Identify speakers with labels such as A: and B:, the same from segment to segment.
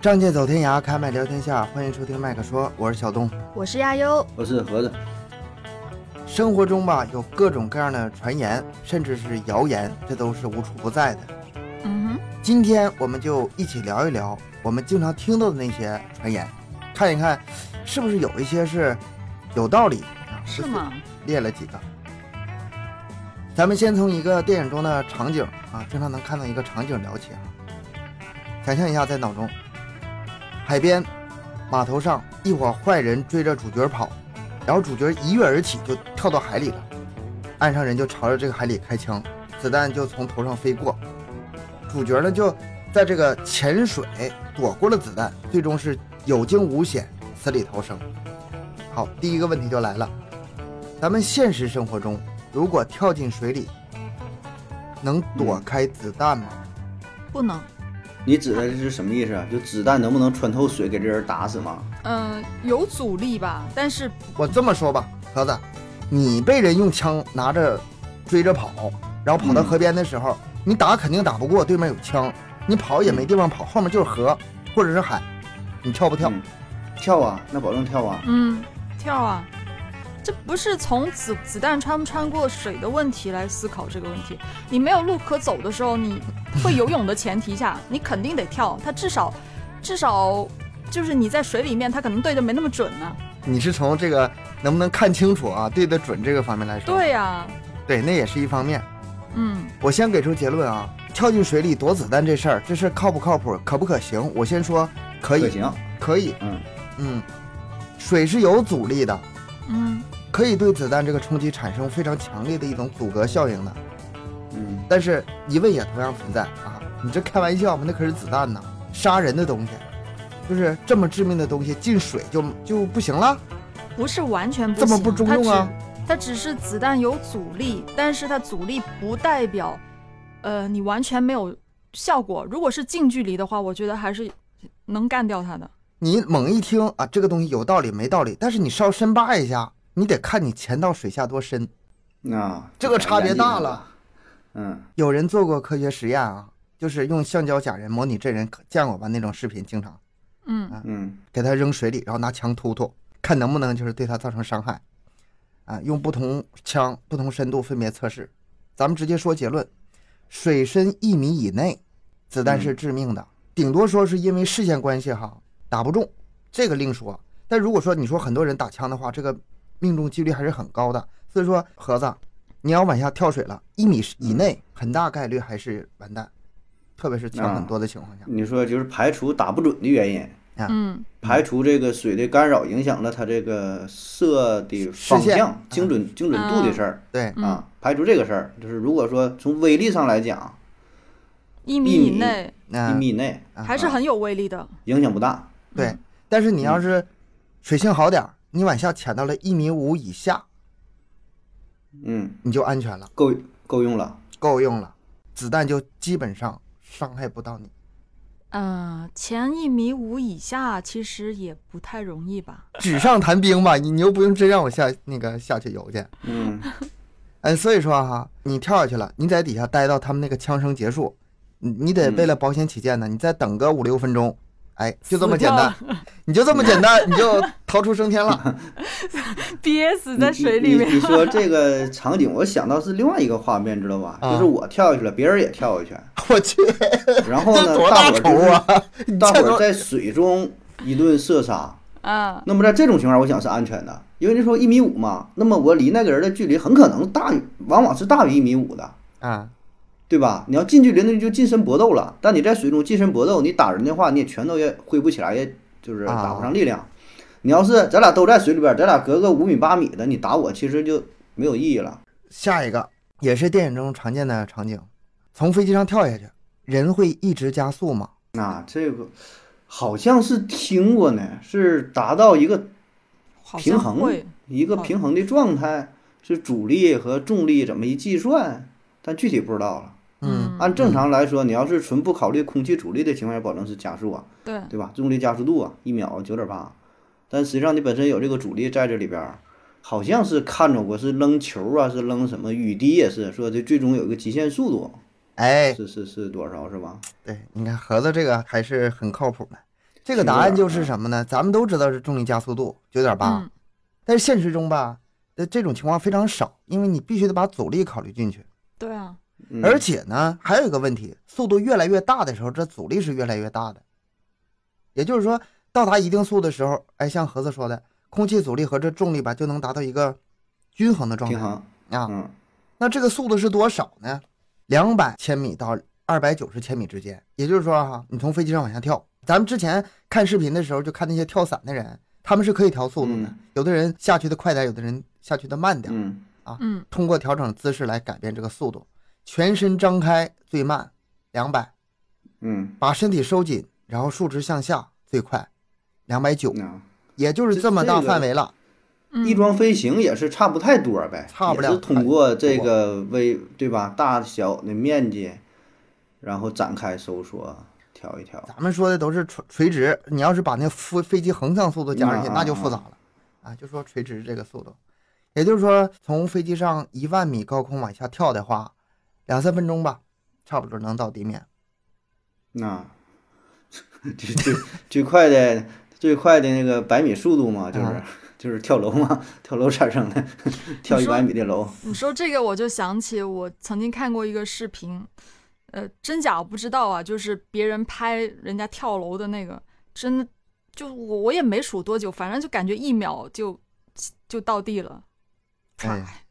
A: 仗剑走天涯，开麦聊天下，欢迎收听麦克说，我是小东。
B: 我是亚优，
C: 我是盒子，
A: 生活中吧，有各种各样的传言，甚至是谣言，这都是无处不在的。
B: 嗯哼，
A: 今天我们就一起聊一聊我们经常听到的那些传言，看一看是不是有一些是有道理啊？
B: 是？吗？
A: 列了几个。咱们先从一个电影中的场景啊，经常能看到一个场景聊起啊。想象一下，在脑中，海边码头上，一伙坏人追着主角跑，然后主角一跃而起就跳到海里了，岸上人就朝着这个海里开枪，子弹就从头上飞过，主角呢就在这个潜水躲过了子弹，最终是有惊无险死里逃生。好，第一个问题就来了。咱们现实生活中，如果跳进水里，能躲开子弹吗？
B: 不能。
C: 你指的这是什么意思啊？就子弹能不能穿透水给这人打死吗？
B: 嗯、有阻力吧，但是
A: 我这么说吧，盒子，你被人用枪拿着追着跑，然后跑到
C: 嗯
A: 河边的时候，你打肯定打不过，对面有枪，你跑也没地方跑，后面就是河或者是海，你跳不跳？
C: 嗯跳啊，那保证跳啊！
B: 嗯，跳啊，这不是从子子弹穿不穿过水的问题来思考这个问题。你没有路可走的时候，你会游泳的前提 下，你肯定得跳。它至少，至少就是你在水里面，它可能对的没那么准啊呢、
A: 你是从这个能不能看清楚啊，对得准这个方面来说，
B: 对啊呀、
A: 对，那也是一方面。
B: 嗯，
A: 我先给出结论啊，跳进水里躲子弹这事儿，这事儿靠不靠谱，可不可行？我先说可以，
C: 可行，
A: 可以，
C: 嗯
A: 嗯，水是有阻力的，
B: 嗯，
A: 可以对子弹这个冲击产生非常强烈的一种阻隔效应的。
C: 嗯，
A: 但是疑问也同样存在啊，你这开玩笑吗？那可是子弹呐，杀人的东西，就是这么致命的东西，进水就就不行了，
B: 不是完全不
A: 这
B: 行，
A: 么不中用啊
B: 它只它只是子弹有阻力，但是它阻力不代表，呃，你完全没有效果。如果是近距离的话，我觉得还是能干掉它的。
A: 你猛一听啊，这个东西有道理没道理，但是你稍深扒一下，你得看你潜到水下多深。
C: 那
A: 这个差别大了。
C: 嗯，
A: 有人做过科学实验啊，就是用橡胶假人模拟真人，可见过吧？那种视频经常啊
B: 嗯
C: 嗯
A: 给他扔水里，然后拿枪突突，看能不能就是对他造成伤害。啊，用不同枪、不同深度分别测试。咱们直接说结论：水深一米以内，子弹
C: 嗯
A: 是致命的，顶多说是因为视线关系哈打不中，这个另说。但如果说你说很多人打枪的话，这个命中几率还是很高的。所以说，盒子，你要往下跳水了，一米以内，
C: 嗯
A: 很大概率还是完蛋，特别是枪
C: 啊
A: 很多的情况下。
C: 你说就是排除打不准的原因，
B: 嗯，
C: 排除这个水的干扰影响了他这个射的方
A: 视线啊
C: 向、精准精准度的事儿
A: 对，
B: 嗯
C: 啊，排除这个事儿。就是如果说从威力上来讲，
B: 一米
C: 一
B: 以
C: 米
B: 内
A: 那、
C: 一米以内
A: 啊
B: 还是很有威力的。
C: 影响不大。
A: 对
B: 嗯，
A: 但是你要是水性好点儿，你往下潜到了一米五以下，
C: 嗯，
A: 你就安全了，
C: 够够用了。
A: 够用了，子弹就基本上伤害不到你。
B: 呃，前一米五以下其实也不太容易吧？
A: 纸上谈兵吧，你你又不用真让我下那个下去游去，
C: 嗯，
A: 哎，所以说哈，你跳下去了，你在底下待到他们那个枪声结束，你你得
C: 嗯
A: 为了保险起见呢，你再等个五六分钟，哎，就这么
B: 死
A: 简
B: 掉
A: 单，你就这么简 单，你就逃出升天了。
B: 憋死 在水
C: 你
B: 里
C: 你
B: 面
C: 你。你说这个场景，我想到是另外一个画面，知道吧？
A: 啊
C: 就是我跳下去了，别人也跳下
A: 我去，
C: 去， 然后
A: 这
C: 呢，
A: 多
C: 大
A: 大
C: 伙儿
A: 仇
C: 就是、
A: 啊！你
C: 大
A: 这
C: 伙
A: 多
C: 儿在水中一顿射杀。
B: 啊，
C: 那么在这种情况下，我想是安全的，因为你说一米五嘛，那么我离那个人的距离很可能大于，往往是大于一米五的，
A: 啊，
C: 对吧？你要近距离那就近身搏斗了，但你在水中近身搏斗，你打人的话，你也拳头也挥不起来，也就是
A: 啊
C: 打不上力量。你要是咱俩都在水里边，咱俩隔个五米八米的，你打我其实就没有意义了。
A: 下一个也是电影中常见的场景，从飞机上跳下去，人会一直加速吗？
C: 啊，这个好像是听过呢，是达到一个
B: 好
C: 平
B: 像
C: 衡
B: 会。
C: 一个
B: 哦
C: 平衡的状态，是阻力和重力怎么一计算，但具体不知道了。
A: 嗯，
C: 按正常来说，你要是纯不考虑空气阻力的情况下，保证是加速啊，
B: 对，嗯
C: 对吧？重力加速度啊，一秒九点八，但实际上你本身有这个阻力在这里边儿，好像是看着我是扔球啊，是扔什么雨滴也是说这最终有一个极限速度，
A: 哎，
C: 是是是多少是吧？
A: 对，你看盒子这个还是很靠谱的。这个
C: 挺
A: 答
C: 有点
A: 案
C: 儿
A: 就是
C: 啊
A: 什么呢？咱们都知道是重力加速度九点八，
B: 嗯，
A: 但是现实中吧，呃，这种情况非常少，因为你必须得把阻力考虑进去。
B: 对啊，
C: 嗯
A: 而且呢，还有一个问题，速度越来越大的时候，这阻力是越来越大的。也就是说，到达一定速的时候，哎，像盒子说的，空气阻力和这重力吧，就能达到一个均衡的状
C: 平
A: 态
C: 衡，
A: 啊。
C: 嗯
A: 那这个速度是多少呢？两百千米到二百九十千米之间。也就是说哈、你从飞机上往下跳，咱们之前看视频的时候就看那些跳伞的人，他们是可以调速度的，
C: 嗯
A: 有的人下去的快点，有的人下去的慢点。
C: 嗯
B: 嗯
A: 通过调整姿势来改变这个速度。全身张开最慢两百，
C: 嗯，
A: 把身体收紧，然后竖直向下最快两百九，
C: 啊，
A: 也就是这么大
C: 这这个
A: 范围了。
B: 嗯，
C: 翼装飞行也是差不太多呗，
A: 差不了
C: 也是通过这个微对吧大小的面积，然后展开收缩调一调，
A: 咱们说的都是垂垂直，你要是把那飞飞机横向速度加上去，
C: 嗯
A: 那就复杂了啊。就说垂直这个速度，也就是说从飞机上一万米高空往下跳的话，两三分钟吧，差不多能到地面。
C: 那最最最快的最快的那个百米速度嘛，就是、
A: 啊
C: 就是跳楼嘛，跳楼产生的， 跳
B: 你
C: 一
B: 说
C: 百米的楼，
B: 你说这个，我就想起我曾经看过一个视频，呃，真假我不知道啊，就是别人拍人家跳楼的那个，真的就我我也没数多久，反正就感觉一秒就就到地了，唰、
A: 哎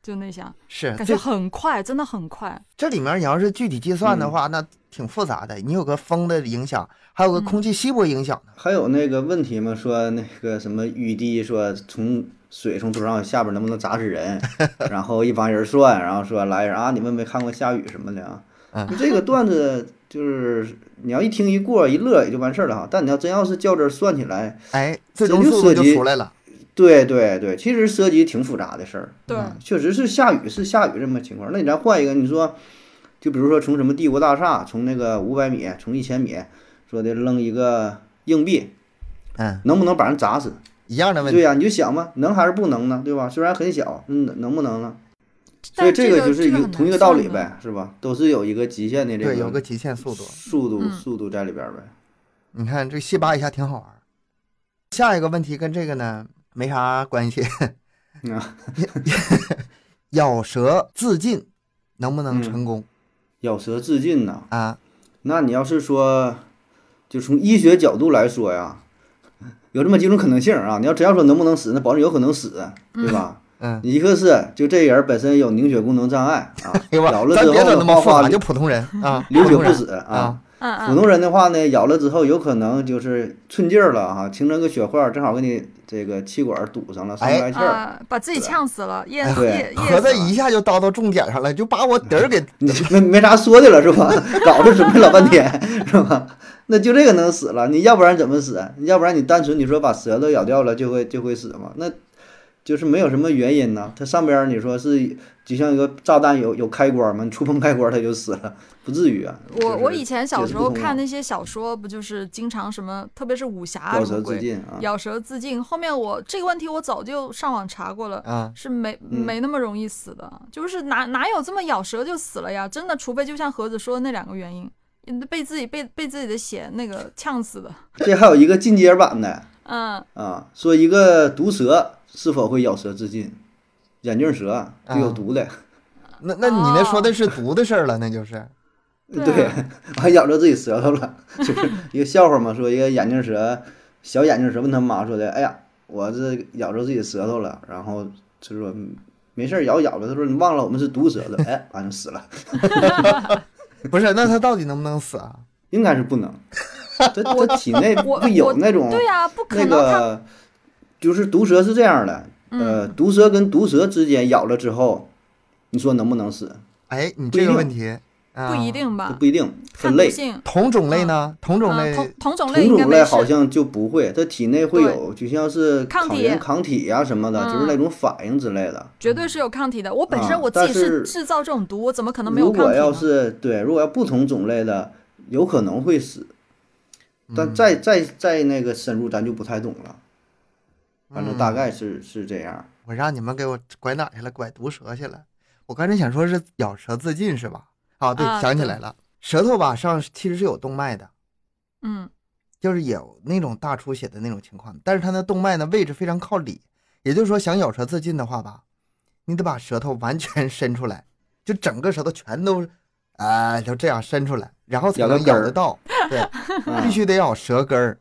B: 就那下，
C: 哎
A: 是，
B: 感
A: 这
B: 觉很快，真的很
C: 嗯
B: 快。
A: 这里面你要是具体计算的话，那挺复杂的。你有个风的影响，还有个空气稀薄影响呢。
C: 还有那个问题嘛，说那个什么雨滴，说从水从多少下边能不能砸死人，然后一帮人算，然后说来人啊，你们没看过下雨什么的啊
A: 嗯？
C: 就这个段子就是你要一听一过一乐也就完事儿了哈，但你要真要是较真儿算起来，
A: 哎，最
C: 这
A: 终
C: 就
A: 速度
C: 涉
A: 就
C: 及
A: 出来了。
C: 对对对，其实涉及挺复杂的事儿，
B: 对，
C: 确实是下雨是下雨这么情况。那你咱换一个，你说，就比如说从什么帝国大厦，从那个五百米，从一千米，说的扔一个硬币，
A: 嗯，
C: 能不能把人砸死？
A: 一样的问
C: 对
A: 题。
C: 呀、你就想吧，能还是不能呢？对吧？虽然很小，嗯，能不能呢？所以
B: 但
C: 这
B: 个
C: 就是一
B: 这
C: 个
B: 很
C: 同一
B: 难
C: 个道
B: 算
C: 理
B: 的。
C: 呗，是吧？都是有一个极限的这
A: 对，有个极限速度。
C: 速度
B: 嗯
C: 速度在里边呗。
A: 你看这细扒一下挺好玩儿。下一个问题跟这个呢没啥关 系。
C: 啊，
A: 咬舌自尽能不能
C: 嗯
A: 成功、
C: 咬舌自尽呐，
A: 啊？
C: 那你要是说，就从医学角度来说呀，有这么几种可能性啊。你要真要说能不能死，那保证有可能死，对吧？
A: 嗯，
C: 一个是就这人本身有凝血功能障碍啊，
A: 哎呦
C: 咬了
A: 我，咱
C: 之
A: 别
C: 后
A: 整那
C: 呢，
A: 么
C: 爆
A: 复
C: 发
A: 杂，
C: 流
A: 就普通人啊，
C: 流
A: 普
C: 血
A: 通
C: 不
A: 人
C: 止啊
A: 啊。
B: 嗯嗯，
C: 普通人的话呢，咬了之后有可能就是寸劲儿了哈、形成个血块儿，正好给你这个气管堵上了，上
A: 哎
C: 不来气儿，
B: 啊，把自己
C: 对哎
B: 呛死了，噎
C: 对
B: 噎噎
A: 盒
B: 死
A: 子
B: 了
A: 一。下就叨到重点上了，就把我底儿给
C: 你就没没啥说的了是吧？ 搞着准备老半天是吧？那就这个能死了，你要不然怎么死？要不然你单纯你说把舌头咬掉了就会就会死吗？那就是没有什么原因呢。它上边儿你说是就像一个炸弹有有开关吗？你触碰开关它就死了，不至于啊。
B: 我我
C: 就是
B: 以前小
C: 解释
B: 时
C: 不
B: 候
C: 通
B: 看
C: 啊
B: 那些小说，不就是经常什么，特别是武侠啊
C: 咬
B: 什
C: 舌
B: 么
C: 自
B: 鬼，
C: 尽啊，
B: 咬舌自尽。后面我这个问题我早就上网查过了，
A: 啊，
B: 是没
C: 嗯
B: 没那么容易死的，就是哪哪有这么咬舌就死了呀？真的，除非就像盒子说的那两个原因，嗯被自己被被自己的血那个呛死的。
C: 这还有一个进阶版的。
B: 嗯，
C: 啊，说一个毒蛇是否会咬舌自尽？眼镜蛇啊就有毒的，
A: 那那你那说的
B: 哦
A: 是毒的事儿了，那就是。
B: 对
C: 对， 还咬着自己舌头了，就是一个笑话嘛。说一个眼镜蛇，小眼镜蛇问他妈说的：“哎呀，我这咬着自己舌头了。”然后就说：“嗯没事儿，咬咬着。”他说：“你忘了我们是毒蛇的。”哎，完就死了，
A: 不是，那他到底能不能死啊？
C: 应该是不 能。这这体内
B: 我
C: 不有
B: 我
C: 那种
B: 对呀、不可
C: 那
B: 能他。
C: 个就是毒蛇是这样的，呃，
B: 嗯，
C: 毒蛇跟毒蛇之间咬了之后，你说能不能死？
A: 哎，你
C: 不
A: 这
C: 一
A: 个
C: 定
A: 问题啊
B: 不一。定
C: 这
B: 吧？
C: 不一定
B: 看
C: 分
B: 毒
C: 类，
B: 性。
A: 同种类呢？同种类
B: 嗯，同同种类
C: 同
B: 应该
C: 种
B: 没
C: 类
B: 事。
C: 好像就不会，它体内会
B: 对
C: 有，就像是
B: 抗
C: 抗
B: 体嗯
C: 原抗体啊呀、什么的，就是那种反应之类的。
B: 绝对是有抗体的。我本
C: 啊
B: 身我自
C: 但
B: 己
C: 是
B: 制造这种毒，我怎么可能没有
C: 如
B: 抗
C: 果
B: 体
C: 要
B: 呢？
C: 是对，如果要不同种类的，有可能会死，但再再再那个深入，咱就不太懂了。反正
B: 嗯
C: 大概是、是这 样。
A: 我让你们给我拐哪去了？拐毒蛇去了。我刚才想说是咬舌自尽是吧？啊，对，
B: 啊
A: 想起
B: 对
A: 来了，舌头吧上其实是有动脉的，
B: 嗯，
A: 就是有那种大出血的那种情况，但是它的动脉呢位置非常靠里，也就是说想咬舌自尽的话吧，你得把舌头完全 伸出来，就整个舌头全都，啊、就这样伸出来，然后才
C: 咬到
A: 能
C: 根
A: 咬
C: 儿
A: 得 到，对，必
C: 嗯
A: 须得咬舌根儿。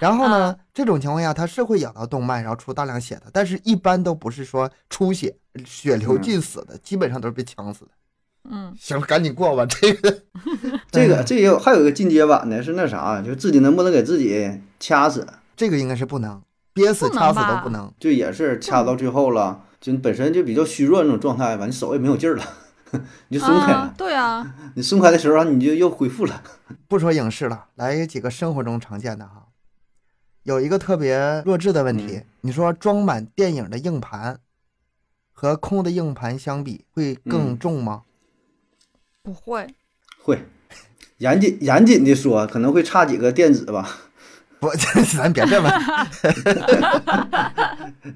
A: 然后呢
B: 啊，
A: 这种情况下它是会咬到动脉，然后出大量血的，但是一般都不是说出血、血流
C: 嗯
A: 尽死的，基本上都是被呛死的。
B: 嗯，
A: 行了，赶紧过吧，这 个
C: 这个这也有还有一个进阶版的是那啥，就自己能不能给自己掐死，
A: 这个应该是不能，憋死、
B: 不能
A: 掐死都
B: 吧
A: 不能。
C: 就也是掐到最后了，就本身就比较虚弱那种状态吧，你手也没有劲儿了， 你就松开
B: 啊
C: 了，，
B: 对啊，
C: 你松开的时候你就又恢复了。
A: 不说影视了，来几个生活中常见的哈。有一个特别弱智的问题，你说装满电影的硬盘和空的硬盘相比，会更
C: 嗯
A: 重吗？
B: 不会，
C: 会，严谨严谨的说，可能会差几个电子吧。
A: 不，咱别这么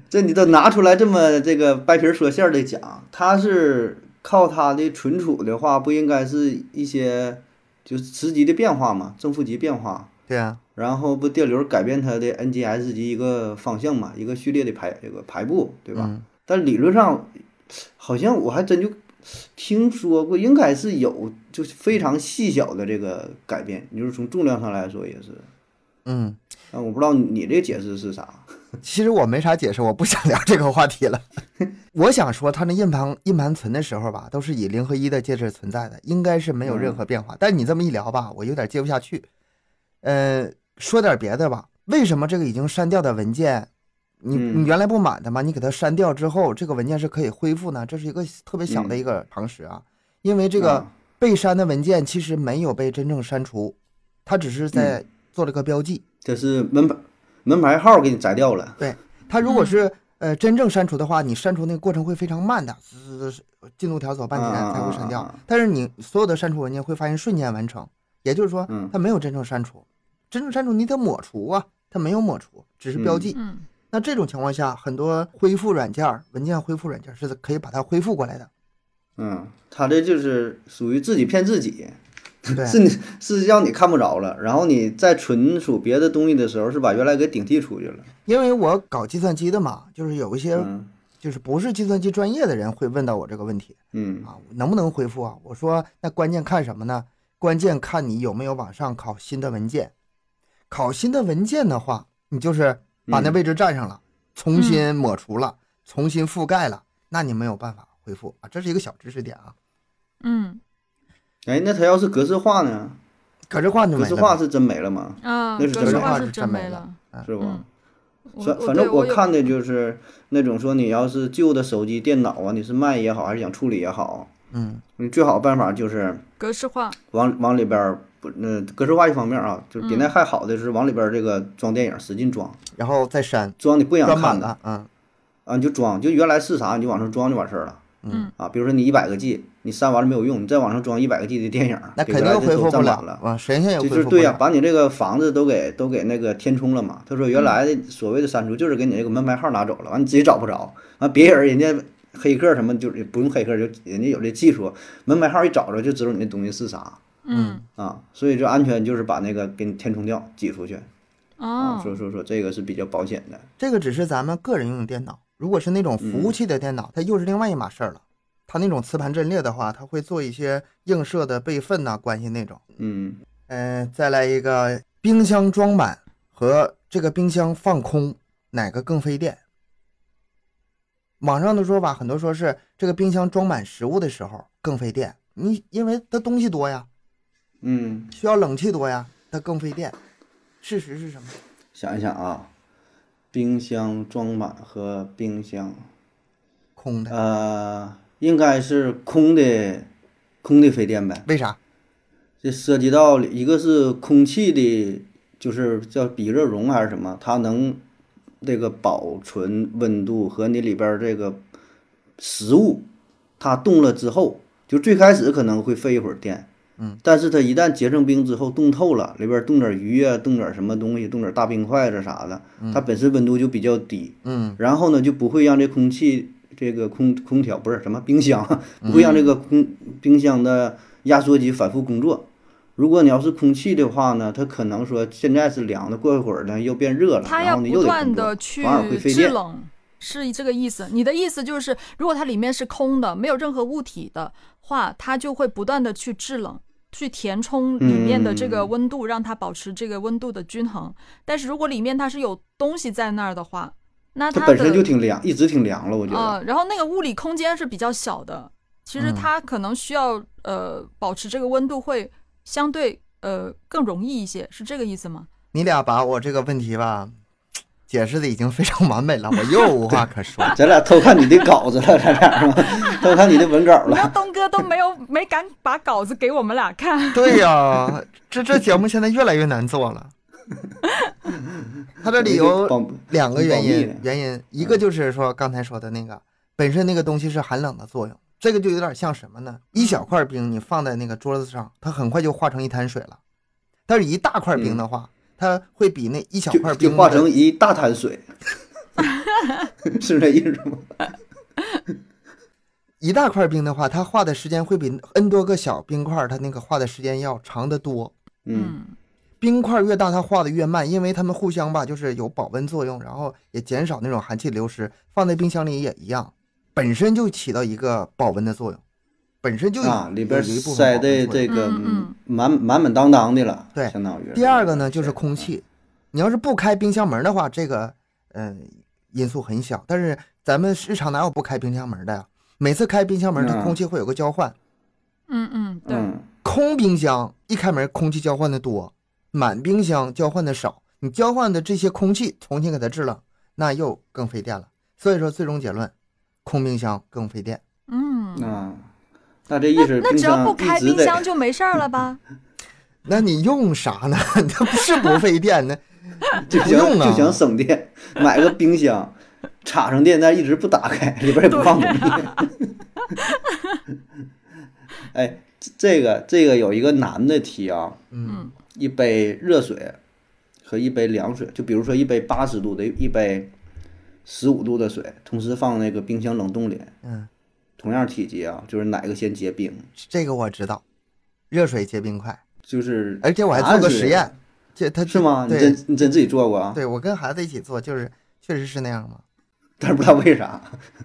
C: 这你都拿出来这么这个掰皮儿说馅儿的讲，它是靠它的存储的话，不应该是一些就是磁极的变化嘛，正负极变化，
A: 对啊，
C: 然后不电流改变它的 NGS 级一个方向嘛，一个序列的排这个排布，对吧？
A: 嗯，
C: 但理论上，好像我还真就听说过，应该是有就是非常细小的这个改变，你就是从重量上来说也是。
A: 嗯，
C: 但我不知道你这解释是啥。
A: 其实我没啥解释，我不想聊这个话题了。 我想说，它那硬盘硬盘存的时候吧，都是以零和一的介质存在的，应该是没有任何变化。但你这么一聊吧，我有点接不下去。呃，说点别的吧，为什么这个已经删掉的文件，你
C: 嗯
A: 你原来不满的吗？你给它删掉之后，这个文件是可以恢复呢？这是一个特别小的一个常识啊，因为这个
C: 啊
A: 被删的文件其实没有被真正删除，它只是在做了个标记。
C: 这是门牌门牌号给你摘掉了，
A: 它如果
B: 嗯
A: 是呃真正删除的话，你删除那个过程会非常慢的，滋滋滋进度条走半天
C: 啊啊啊
A: 才会删掉
C: 啊啊。
A: 但是你所有的删除文件会发现瞬间完成，也就是说
C: 嗯
A: 它没有真正删除，真正删除你得抹除啊，它没有抹除，只是标
C: 嗯
A: 记。
B: 嗯
A: 那这种情况下，很多恢复软件儿、文件恢复软件儿是可以把它恢复过来的。
C: 嗯，他这就是属于自己骗自己，
A: 对，
C: 嗯是你是让你看不着了，然后你在存储别的东西的时候，是把原来给顶替出去了。
A: 因为我搞计算机的嘛，就是有一些
C: 嗯
A: 就是不是计算机专业的人会问到我这个问题。
C: 嗯
A: 啊，能不能恢复啊？我说那关键看什么呢？关键看你有没有往上拷新的文件。拷新的文件的话，你就是把那
C: 嗯
A: 位置占上了，重新抹除了，重新覆盖了，那你没有办法恢复啊。这是一个小知识点啊。
B: 嗯
C: 哎，那他要是格式化呢？
A: 格式化就
C: 格
A: 没
C: 式
A: 了
C: 化
A: 呗。
C: 是真没了吗？
B: 啊，
C: 那是
B: 格
C: 真
B: 式
C: 没
B: 化
A: 了
B: 是真
A: 真没
B: 没
A: 了
B: 了。
C: 是不？
B: 嗯我
C: 反
B: 我
C: 反
B: 对
C: 正我
B: 有
C: 看的就是那种说你要是旧的手机、电脑啊，你是卖也好，还是想处理也好，
A: 嗯
C: 你最好办法就是
B: 格式化，
C: 往往里边儿不，那格式化一方面啊，就
B: 嗯
C: 是比那还好的是往里边儿这个装电影，使劲装，
A: 然后再删，
C: 装你不想
A: 装满
C: 看的
A: 了，嗯，
C: 啊，你就装，就原来是啥你就往上装就完事儿了。
B: 嗯
C: 啊，比如说你一百个 G，你删完了没有用，你再往上装一百个 G 的电影，
A: 那
C: 给
A: 肯
C: 原来
A: 定
C: 的
A: 恢
C: 都
A: 复不
C: 占
A: 了
C: 满了。
A: 啊，谁先也
C: 就
A: 恢
C: 就是
A: 复不
C: 对呀、
A: 了。
C: 把你这个房子都给都给那个填充了嘛。他说原
A: 嗯
C: 来的所谓的删除就是给你这个门牌号拿走了，完你自己找不着，完别人人家黑客什么就是不用黑客，就人家有这技术，门牌号一找着就知道你那东西是啥
B: 嗯
C: 啊。所以就安全就是把那个给你填充掉，挤出去
B: 哦
C: 啊。所以说说这个是比较保险的。
A: 这个只是咱们个人用的电脑，如果是那种服务器的电脑，它又是另外一码事儿了。它那种磁盘阵列的话，它会做一些映射的备份呐、关系那种。
C: 嗯，
A: 嗯、再来一个冰箱装满和这个冰箱放空，哪个更费电？网上的说法很多说是这个冰箱装满食物的时候更费电，你因为它东西多呀，
C: 嗯，
A: 需要冷气多呀，它更费电。事实是什么？
C: 想一想啊，冰箱装满和冰箱
A: 空的，
C: 呃应该是空的，空的飞电呗。
A: 为啥？
C: 这涉及到一个是空气的，就是叫比热容还是什么，它能这个保存温度和你里边儿这个食物，它冻了之后，就最开始可能会费一会儿电，
A: 嗯，
C: 但是它一旦结成冰之后冻透了，里边儿冻点儿鱼啊，冻点儿什么东西，冻点儿大冰块子啥的，它本身温度就比较低，
A: 嗯，
C: 然后呢就不会让这空气这个空空调 不是什么冰箱，不会让这个空冰箱的压缩机反复工作，如果你要是空气的话呢，它可能说现在是凉的，过一会儿呢又变热了，
B: 它
C: 然
B: 要
C: 后呢
B: 不
C: 又得
B: 断
C: 工
B: 的
C: 作，
B: 去
C: 反而会费
B: 制
C: 电。
B: 冷，是这个意思。你的意思就是，如果它里面是空的，没有任何物体的话，它就会不断的去制冷，去填充里面的这个
C: 嗯
B: 温度，让它保持这个温度的均衡。但是如果里面它是有东西在那儿的话，那
C: 它
B: 它
C: 本身就
B: 的
C: 挺凉，一直挺凉了，我觉得。
B: 啊、然后那个物理空间是比较小的，其实
A: 嗯
B: 它可能需要、呃保持这个温度会相对呃更容易一些，是这个意思 吗？
A: 你俩把我这个问题吧，解释的已经非常完美了， 我又无话可 说。
C: 咱俩偷看你的稿子了，咱俩是吧？偷看你的文稿
B: 你看
C: 了。
B: 东哥都没有没敢把稿子给我们俩看。
A: 对呀、这这节目现在越来越难做 了。他这里有
C: 保
A: 两个原
C: 保密
A: 因
C: 的，
A: 原因一个就是说刚才说的那个，本身那个东西是寒冷的作用，这个就有点像什么呢？一小块冰你放在那个桌子上，它很快就化成一滩水了，但是一大块冰的话，它会比那一小块
C: 就
A: 冰
C: 就化
A: 的
C: 成一大滩水， 是这意思吗？
A: 一大块冰的话，它化的时间会比 n 多个小冰块儿它那个化的时间要长得多。
C: 嗯，
A: 冰块越大，它化的越慢，因为它们互相吧，就是有保温作用，然后也减少那种寒气流失。放在冰箱里也一样，本身就起到一个保温的作用，本身就有
C: 啊，里边
A: 有一部分
C: 塞
A: 保温
C: 的
A: 作用
C: 这个
B: 嗯嗯
C: 满满满当当的了，
A: 对
C: 相当于。
A: 第二个呢，就是空气。你要是不开冰箱门的话，这个嗯、因素很小。但是咱们日常哪有不开冰箱门的呀？每次开冰箱门，它
C: 嗯
A: 空气会有个交换。
B: 嗯嗯，对，
C: 嗯，
A: 空冰箱一开门，空气交换的多；满冰箱交换的少。你交换的这些空气重新给它制冷，那又更费电了。所以说，最终结论，空冰箱更费电。
B: 嗯，
C: 啊，那这意思，
B: 那只要不开
C: 冰
B: 冰
C: 箱
B: 箱就没事儿了吧？
C: 嗯
A: 那你用啥呢？它不是不费电呢？
C: 一直得
A: 不
C: 就
A: 用
C: 想
A: 啊
C: 就想省电，买个冰箱，插上电，但一直不打开，里边也不放东西。 哎，这这个这个有一个难的题啊，
A: 嗯，
C: 一杯热水和一杯凉水，就比如说一杯八十度的，一杯十五度的水，同时放那个冰箱冷冻里，
A: 嗯，
C: 同样体积啊，就是哪个先结冰？
A: 这个我知道，热水结冰快。
C: 就是
A: 而且我还
C: 答案
A: 做过
C: 是
A: 实验，这它
C: 是吗？你
A: 对
C: 真你真自己做过啊？
A: 对，我跟孩子一起做，就是确实是那 样吗？
C: 但是不知道为啥，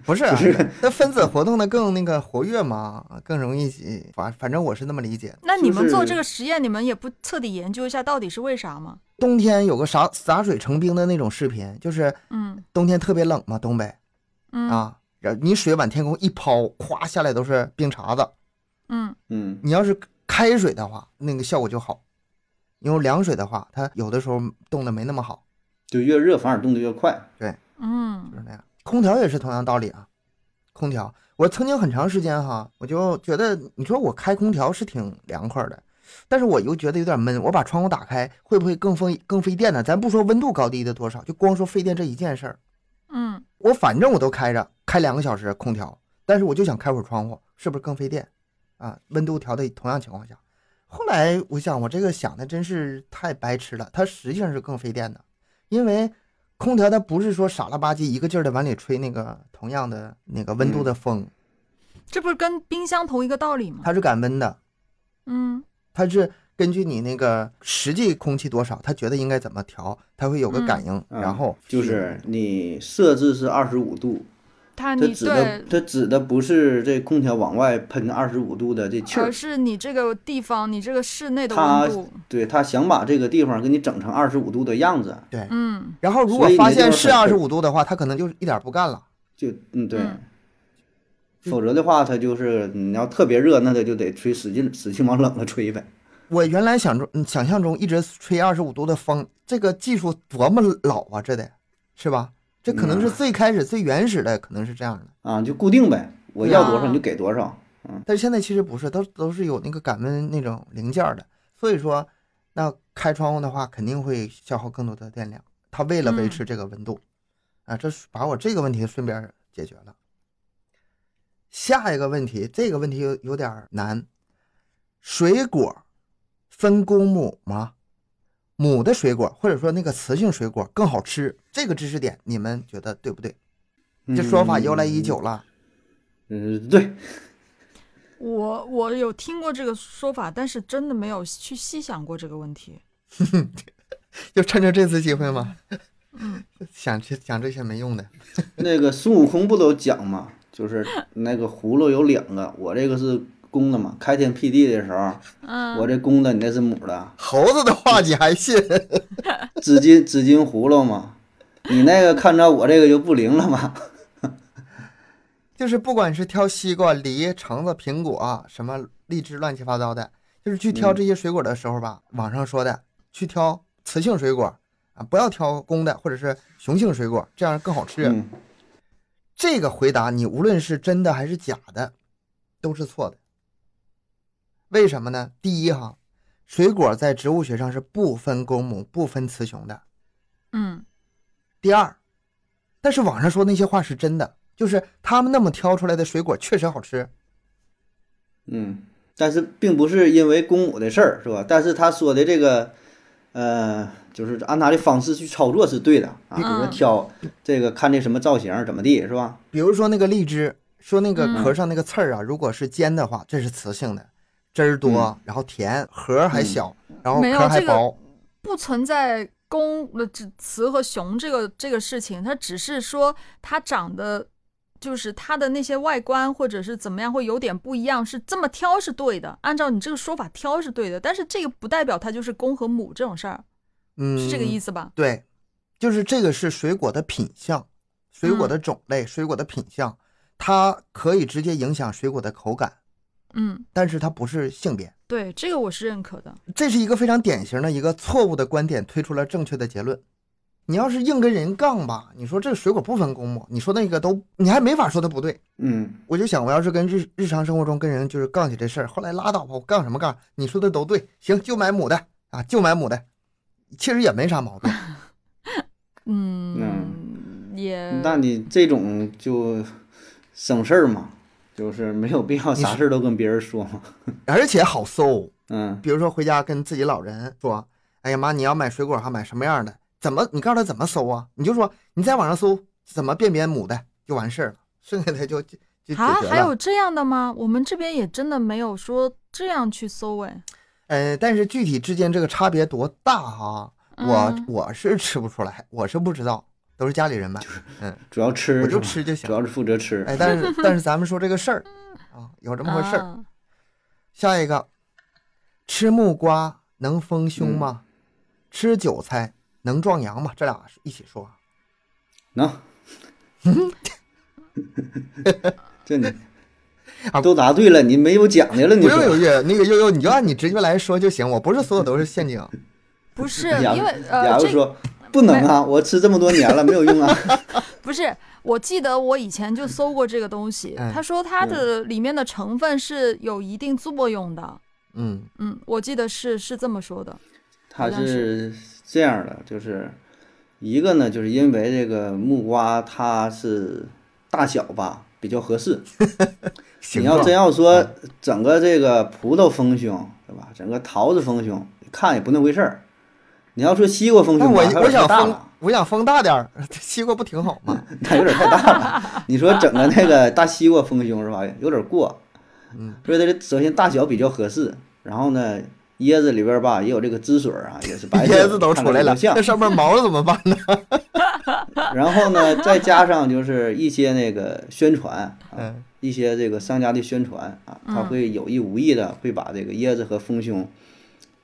A: 不是啊、
C: 不是
A: 那分子活动的更那个活跃嘛，更容易反反正我是那么理解的。
B: 那你们
C: 就是
B: 做这个实验，你们也不彻底研究一下到底是为啥吗？
A: 冬天有个洒洒水成冰的那种视频，就是
B: 嗯
A: 冬天特别冷嘛，东北
B: 嗯
A: 啊，然后你水往天空一抛，咵下来都是冰碴子。
B: 嗯
C: 嗯，
A: 你要是开水的话，那个效果就好；你用凉水的话，它有的时候冻的没那么好，
C: 就越热反而冻得越快。
B: 嗯
A: 就是那样。空调也是同样道理啊，空调我曾经很长时间哈，我就觉得你说我开空调是挺凉快的。但是我又觉得有点闷，我把窗户打开会不会更费更费电呢？咱不说温度高低的多少，就光说费电这一件事儿，
B: 嗯
A: 我反正我都开着，开两个小时空调，但是我就想开会儿窗户，是不是更费电？啊，温度调的同样情况下，后来我想我这个想的真是太白痴了，它实际上是更费电的，因为空调它不是说傻了吧唧一个劲儿的往里吹那个同样的那个温度
C: 嗯
A: 的风，
B: 这不是跟冰箱同一个道理吗？
A: 它是感温的，
B: 嗯
A: 它是根据你那个实际空气多少，它觉得应该怎么调，它会有个感应，
C: 嗯
A: 然后
C: 就是你设置是二十五度，
B: 它
C: 它
B: 你
C: 指的
B: 对，
C: 它指的不是这空调往外喷二十五度的这气儿
B: 而，是你这个地方，你这个室内的
C: 它
B: 温度，
C: 对，它想把这个地方给你整成二十五度的样子，
A: 对。
B: 嗯
A: 然后如果
C: 所以你
A: 发
C: 这
A: 现
C: 就是是
A: 二十五度的话，它可能就一点儿不干了。
C: 就嗯对。
B: 嗯
C: 否则的话，它就是你要特别热，那它就得吹使劲使劲往冷了吹呗。
A: 我原来想中嗯想象中一直吹二十五度的风，这个技术多么老啊，这得是吧？这可能是
C: 嗯
A: 最开始最原始的，可能是这样的。
C: 啊，就固定呗，我要多
B: 啊
C: 少你就给多少。
A: 但是现在其实不是，都都是有那个感温那种零件儿的，所以说，那开窗户的话肯定会消耗更多的电量。它为了维
B: 嗯
A: 持这个温度，啊，这是把我这个问题顺便解决了。下一个问题，这个问题有有点儿难，水果分公母吗？母的水果或者说那个雌性水果更好吃，这个知识点你们觉得对不对？这说法由来已久了。
C: 嗯。嗯，对，
B: 我我有听过这个说法，但是真的没有去细想过这个问题。
A: 就趁着这次机会嘛， 想这想这些没用的。
C: 那个孙悟空不都讲嘛，就是那个葫芦有两个，我这个是公的嘛，开天辟地的时候，
B: 嗯，
C: 我这公的，你那是母的，
A: 猴子的话你还信？
C: 紫金紫金葫芦嘛，你那个看着我这个就不灵了嘛。
A: 就是不管是挑西瓜、梨、橙子、苹果、什么荔枝，乱七八糟的，就是去挑这些水果的时候吧，网上说的，去挑雌性水果啊，不要挑公的或者是雄性水果，这样更好吃。
C: 嗯，
A: 这个回答你无论是真的还是假的，都是错的。为什么呢？第一哈，水果在植物学上是不分公母、不分雌雄的。
B: 嗯
A: 第二，但是网上说那些话是真的，就是他们那么挑出来的水果确实好吃。
C: 嗯，但是并不是因为公母的事儿，是吧？但是他说的这个，呃，就是按他的方式去操作是对的啊，比如说
B: 嗯
C: 挑这个看这什么造型怎么地，是吧？
A: 比如说那个荔枝，说那个
B: 嗯
A: 壳上那个刺儿啊，如果是尖的话，这是雌性的，汁儿多，
B: 嗯
A: 然后甜，核儿还小，然后
B: 没有
A: 壳还
B: 这个
A: 薄。
B: 不存在公呃这雌和雄这个这个事情，它只是说它长得就是它的那些外观或者是怎么样会有点不一样，是这么挑是对的，按照你这个说法挑是对的，但是这个不代表它就是公和母这种事儿，
A: 嗯，
B: 是这个意
A: 思。
B: 思吧？
A: 对，就是这个是水果的品相，水果的
B: 嗯
A: 种类，水果的品相，它可以直接影响水果的口感，
B: 嗯，
A: 但是它不是性别。
B: 对，这个我是认可的。
A: 这是一个非常典型的一个错误的观点推出了正确的结论。你要是硬跟人杠吧，你说这水果不分公母，你说那个都，你还没法说它不对。
C: 嗯，
A: 我就想，我要是跟日日常生活中跟人就是杠起这事儿，后来拉倒吧，我杠什么杠？你说的都对，行，就买母的啊，就买母的，其实也没啥毛病。
B: 嗯，也
C: 那你这种就省事儿嘛，就是没有必要啥事儿都跟别人说嘛。
A: 而且好搜，哦
C: 嗯
A: 比如说回家跟自己老人说，哎呀妈，你要买水果哈，买什么样的？怎么？你告诉他怎么搜啊？你就说你在网上搜怎么辨别母的就完事儿了，剩下的就就就解
B: 啊，
A: 决
B: 还
A: 了
B: 有。这样的吗？我们这边也真的没有说这样去搜哎。
A: 呃，但是具体之间这个差别多大哈、我
B: 嗯
A: 我是吃不出来，我是不知道，都是家里人买，
C: 主要吃
A: 我
C: 是
A: 就
C: 吧，
A: 吃就行
C: 主。要是负责吃。
A: 哎，但 是但是咱们说这个事儿啊，有这么回事儿。
B: 啊
A: 下一个，吃木瓜能丰
C: 嗯
A: 胸吗？吃韭菜能壮阳吗？这俩一起说啊。
C: 能、 这你
A: 啊
C: 都答对了，你没有奖的 了，你
A: 不用
C: 说
A: 犹豫，那个悠悠，你就按你直觉来说就行。我不是所有都是陷阱，
B: 不是
C: 雅
B: 因为
C: 雅
B: 呃，
C: 茹
B: 这
C: 说不能啊，我吃这么多年了没有 用啊。
B: 不是，我记得我以前就搜过这个东西，
A: 嗯
B: 他说它的里面的成分是有一定作用的。
A: 嗯，
B: 嗯，我记得是是这么说的。
C: 它
B: 好像
C: 是这样的，就是一个呢，就是因为这个木瓜它是大小吧比较合适，
A: 行
C: 你要真要说整个这个葡萄丰胸，对吧？整个桃子丰胸，看也不那回事儿。你要说西瓜丰
A: 那
C: 胸吧，
A: 我
C: 它有
A: 我
C: 点
A: 想
C: 大
A: 风
C: 了，，
A: 我想风大点儿， 西瓜不挺好吗？
C: 它有点太大了。你说整个那个大西瓜丰胸是吧？有点过。
A: 嗯，
C: 所以它这首先大小比较合适，然后呢，椰子里边儿吧也有这个汁水儿啊，也是白色的
A: 椰子都
C: 看
A: 出
C: 着
A: 来
C: 比
A: 了，
C: 较像
A: 那上面毛怎么办呢？
C: 然后呢，再加上就是一些那个宣传啊，
A: 嗯
C: 一些这个商家的宣传啊，他
B: 嗯
C: 会有意无意的会把这个椰子和丰胸，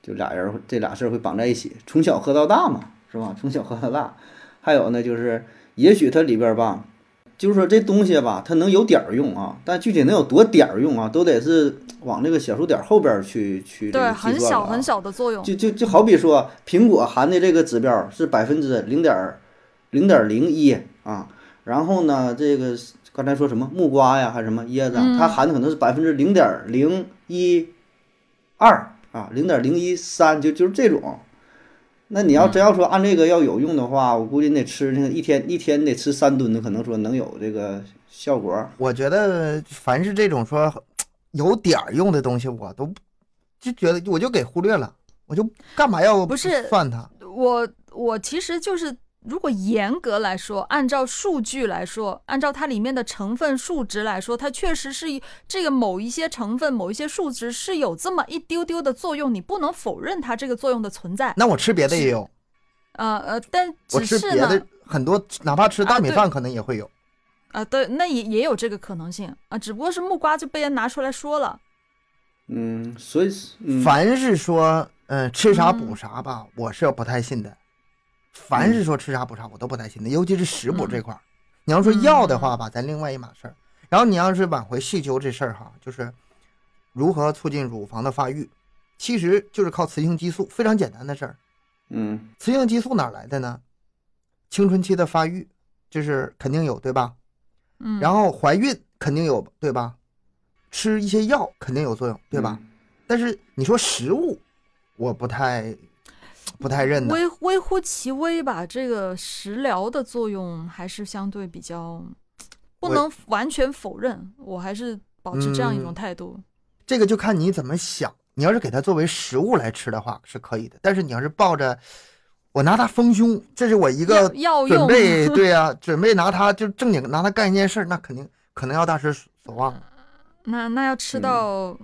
C: 就俩人儿这俩事儿会绑在一起，从小喝到大嘛，是吧？从小喝到大。还有呢，就是也许它里边儿吧，就是说这东西吧，它能有点儿用啊，但具体能有多点儿用啊，都得是往这个小数点儿后边儿去去这个
B: 对，
C: 计
B: 很
C: 算了
B: 小
C: 啊
B: 很小的作用。
C: 就就就好比说，苹果含的这个指标是百分之零点零点零一啊，然后呢，这个是刚才说什么木瓜呀，还是什么椰子啊，它含的可能是百分之零点零一二啊，零点零一三，就就是这种。那你要真要说按这个要有用的话，我估计你得吃那个一天一天得吃三吨的，可能说能有这个效果。
A: 我觉得凡是这种说有点儿用的东西，我都不就觉得我就给忽略了，我就干嘛要
B: 不是
A: 算它？
B: 我我其实就是如果严格来说，按照数据来说，按照它里面的成分数值来说，它确实是一这个某一些成分、某一些数值是有这么一丢丢的作用，你不能否认它这个作用的存在。
A: 那我吃别的也有，
B: 呃呃，但
A: 我
B: 只
A: 吃
B: 是
A: 别
B: 呢，
A: 的很多，哪怕吃大米
B: 啊对
A: 饭可能也会有。
B: 啊、对，那也也有这个可能性啊，只不过是木瓜就被人拿出来说了。
C: 嗯，所以是嗯，
A: 凡是说嗯吃啥补啥吧，我是不太信的。凡是说吃啥补啥，我都不太信的，尤其是食补这块儿。你要说药的话吧，咱另外一码事儿。然后你要是挽回细究这事儿哈，就是如何促进乳房的发育，其实就是靠雌性激素，非常简单的事儿。
C: 嗯
A: 雌性激素哪儿来的呢？青春期的发育，这是肯定有，对吧？
B: 嗯，
A: 然后怀孕肯定有，对吧？吃一些药肯定有作用，对吧？但是你说食物，我不太不太认的。
B: 微微乎其微吧，这个食疗的作用还是相对比较，不
A: 我
B: 能完全否认，我还是保持这样一
A: 嗯
B: 种态度。
A: 这个就看你怎么想。你要是给它作为食物来吃的话是可以的，但是你要是抱着我拿它丰胸，这是我一个
B: 药药
A: 准
B: 用啊
A: 备，对呀、准备拿它就正经拿它干一件事儿，那肯定可能要大失所望。
B: 那那要吃到，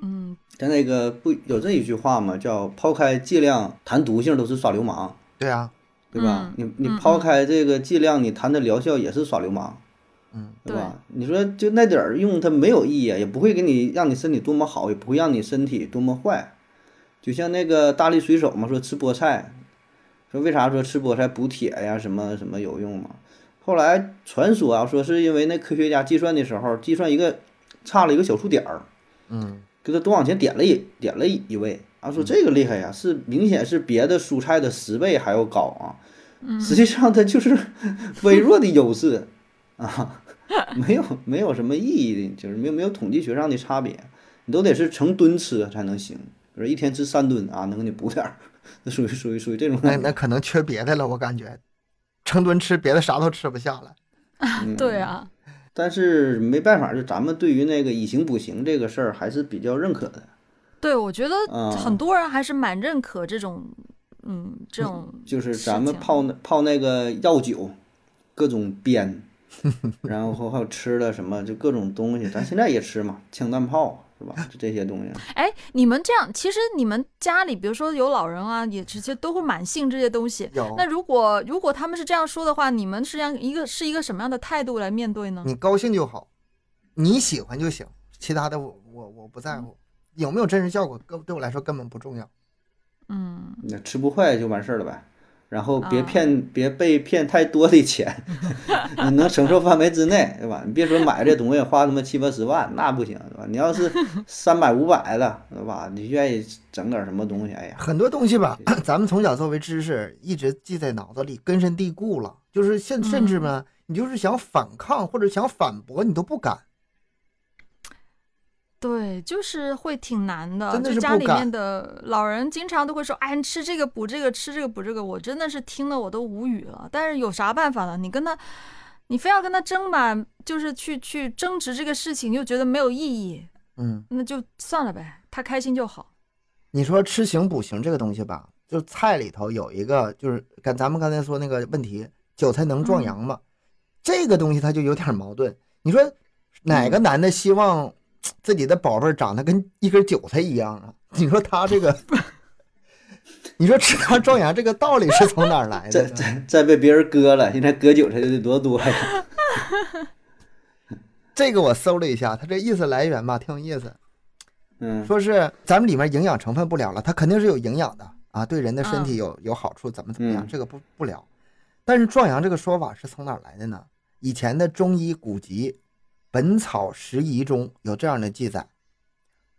B: 嗯，
C: 咱那个不有这一句话嘛，叫抛开剂量谈毒性都是耍流氓，
A: 对啊，
C: 对吧？你
B: 嗯
C: 你抛开这个剂量，你谈的疗效也是耍流氓，
A: 嗯，
C: 对吧？你说就那点儿用，它没有意义啊，也不会给你让你身体多么好，也不会让你身体多么坏。就像那个大力水手嘛，说吃菠菜，说为啥说吃菠菜补铁呀，什么什么有用嘛？后来传说啊，说是因为那科学家计算的时候，计算一个差了一个小数点儿，
A: 嗯，
C: 给他多往前点了一点了一位啊，说这个厉害呀，是明显是别的蔬菜的十倍还要高啊。 实际上它就是微弱的优势啊，没有没有什么意义的，就是没有没有统计学上的差别，你都得是成吨吃才能行。比如一天吃三吨啊，能给你补点儿，那属于属于属于这种
A: 那那可能缺别的了，我感觉成吨吃别的啥都吃不下了。
B: 对啊，
C: 但是没办法，就咱们对于那个以形补形这个事儿还是比较认可的。
B: 对，我觉得
A: 嗯
C: 啊
B: 很多人还是蛮认可这种，嗯，这种
C: 就是
B: 事
C: 咱们
B: 情
C: 泡那泡那个药酒，各种煸， 然后还有吃的什么，就各种东西，咱现在也吃嘛，枪弹炮是吧？就这些东西。
B: 哎，你们这样，其实你们家里，比如说有老人啊，也直接都会蛮信这些东西。
A: 有
B: 那如果如果他们是这样说的话，你们是让一个是一个什么样的态度来面对呢？
A: 你高兴就好，你喜欢就行，其他的我我我不在乎，有没有真实效果，根对我来说根本不重要。
B: 嗯，
C: 那吃不坏就完事儿了呗。然后别
B: 啊
C: 骗，别被骗太多的钱， 你能承受范围之内，对吧？你别说买这东西花他妈七八十万，那不行，对吧？你要是三百五百的，对吧？你愿意整点什么东西？哎呀，
A: 很多东西吧， 咱们从小作为知识一直记在脑子里，根深蒂固了。就是甚甚至呢，你就是想反抗或者想反驳，你都不敢。
B: 对，就是会挺难的。
A: 真的
B: 就是家
A: 不
B: 里
A: 敢
B: 面的老人经常都会说：“哎，你吃这个补这个，吃这个补这个。”我真的是听得我都无语了。但是有啥办法呢？你跟他，你非要跟他争吧，就是去去争执这个事情，又觉得没有意义，
A: 嗯，
B: 那就算了呗，他开心就好。
A: 你说吃行补行这个东西吧，就菜里头有一个，就是跟咱们刚才说那个问题，韭菜能壮阳吗？这个东西它就有点矛盾。你说哪个男的希望自己的宝贝儿长得跟一根韭菜一样啊？ 你说他这个，你说吃它壮阳这个道理是从哪儿来的
C: 再
A: 呢？
C: 再再被别人割了，现在割韭菜的多多呀！
A: 这个我搜了一下，它这意思来源吧，挺有意思，
C: 嗯，
A: 说是咱们里面营养成分不了了，它肯定是有营养的啊，对人的身体有有好处，怎么怎么样，
C: 嗯
A: 这个不不聊。但是壮阳这个说法是从哪儿来的呢？以前的中医古籍《本草拾遗》中有这样的记载：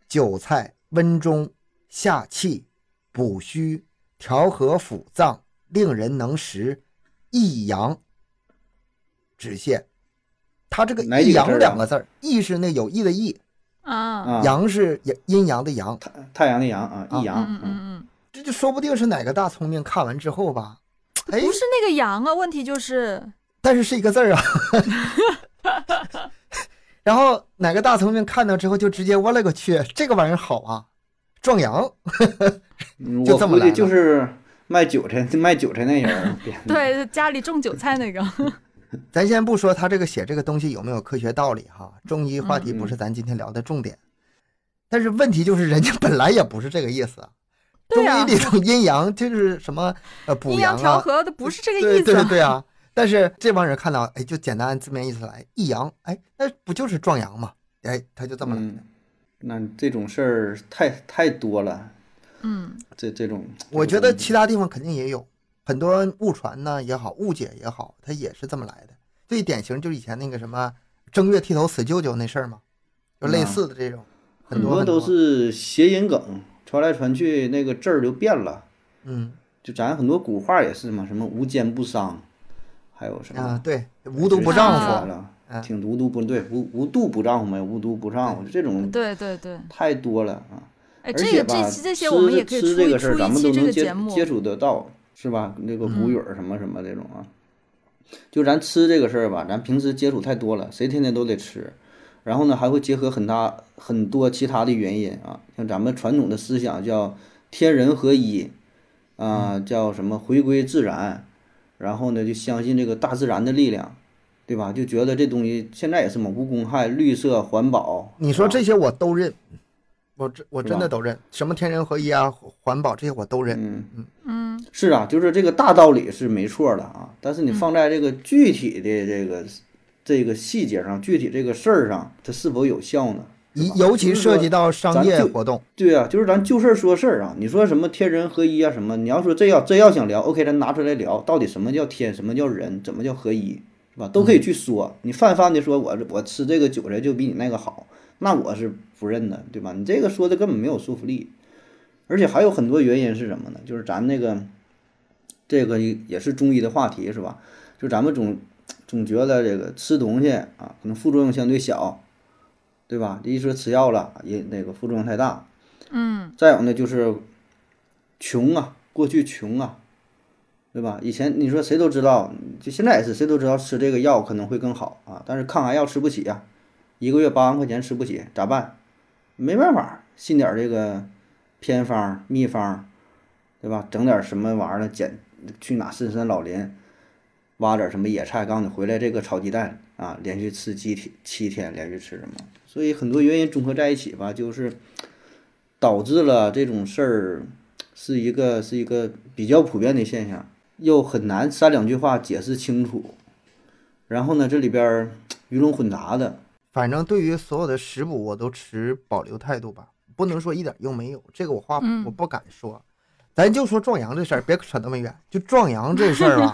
A: 韭菜温中下气、补虚、调和腑脏，令人能食，益阳、止泻。它这个“
C: 哪
A: 益
C: 几
A: 阳
C: 个字儿”啊
A: 两个字儿，“益”是那有益的“益”，
B: 啊，
C: 啊，
A: 阳是阳阴阳的阳，
C: 太太阳的阳啊，
A: 啊
C: 一阳，
B: 嗯嗯嗯嗯。
A: 这就说不定是哪个大聪明看完之后吧，哎，
B: 嗯不是那个羊啊，问题就是，
A: 但是是一个字儿啊。 然后哪个大聪明看到之后就直接我勒个去，这个玩意儿好啊，壮阳。
C: 嗯
A: 就
C: 我
A: 这么
C: 估
A: 来的
C: 计就是卖韭菜 卖韭菜那人儿，别
A: 嗯
B: 对，家里种韭菜那个，
A: 咱先不说他这个写这个东西有没有科学道理哈，中医话题不
B: 嗯
A: 是咱今天聊的重点，但是问题就是人家本来也不是这个意思啊。 中
B: 对呀、
A: 医里头阴阳就是什么呃补
B: 阴阳调
A: 啊，
B: 和的不是这个
A: 对
B: 意思。
A: 对对对啊。但是这帮人看到哎，就简单按字面意思来，一阳哎，那不就是壮阳嘛？哎，他就这么来。
C: 嗯，那这种事儿太太多了，
B: 嗯，
C: 这这种
A: 我觉得
C: 这种
A: 其他地方肯定也有很多误传呢也好，误解也好，它也是这么来的。最典型就是以前那个什么正月剃头死舅舅那事儿嘛，就
C: 嗯
A: 类似的这种，很
C: 很
A: 多
C: 多
A: 很
C: 都是谐音梗，传来传去那个字儿就变了。
A: 嗯
C: 就咱很多古话也是嘛，什么无奸不商，还有什么
A: 啊，对，无毒不丈
B: 嗯
A: 夫，
C: 夫
A: 啊
C: 挺无毒不对，无无度不丈夫嘛，无毒不丈夫，就这种
B: 对对对。
C: 太多了啊。
B: 哎，
C: 而
B: 这个
C: 且吧，
B: 这期这些我们也可以
C: 吃
B: 出
C: 这
B: 一
C: 个事
B: 出
C: 儿，咱
B: 一
C: 们
B: 期
C: 都
B: 这
C: 能
B: 个
C: 接
B: 节目。嗯
C: 接触得到，是吧？那个古语儿什么什么这种啊，就咱吃这个事儿吧，咱平时接触太多了，谁天天都得吃。然后呢，还会结合很大很多其他的原因啊，像咱们传统的思想叫天人合一，啊、
B: 嗯
C: 叫什么回归自然，然后呢就相信这个大自然的力量，对吧？就觉得这东西现在也是嘛，无公害、绿色、环保。
A: 你说
C: 啊
A: 这些我都认，我真我
C: 是
A: 真的
C: 吧
A: 都认，什么天人合一啊、环保这些我都认。
C: 嗯
B: 嗯，
C: 是啊，就是这个大道理是没错的啊，但是你放在这个具体的这个、这个细节上，具体这个事儿上，它是否有效呢？
A: 尤尤其涉及
C: 到
A: 到商
C: 咱
A: 业
C: 就
A: 活动，
C: 对啊，就是咱就事儿说事儿啊。你说什么天人合一啊什么？你要说这要真要想聊，OK，咱拿出来聊，到底什么叫天，什么叫人，怎么叫合一，是吧？都可以去说。你泛泛的说，我我吃这个韭菜就比你那个好，那我是不认的，对吧？你这个说的根本没有说服力。而且还有很多原因是什么呢？就是咱那个，这个也是中医的话题，是吧？就咱们总总觉得这个吃东西啊，可能副作用相对小，对吧？一说吃药了，也那个副作用太大。嗯。再有呢，就是穷啊，过去穷啊，对吧？以前你说谁都知道，就现在也是谁都知道吃这个药可能会更好啊，但是抗癌药吃不起呀、一个月八万块钱吃不起，咋办？没办法，信点儿这个偏方、秘方，对吧？整点儿什么玩意儿的，捡去哪深山老林挖点儿什么野菜，告诉你回来这个炒鸡蛋啊，连续吃七天，七天连续吃什么？所以很多原因综合在一起吧，就是导致了这种事儿是一个是一个比较普遍的现象，又很难三两句话解释清楚。然后呢，这里边儿鱼龙混杂的，
A: 反正对于所有的食补，我都持保留态度吧，不能说一点用没有，这个我话
B: 嗯
A: 我不敢说。咱就说壮阳这事儿，别扯那么远。就壮阳这事儿吧，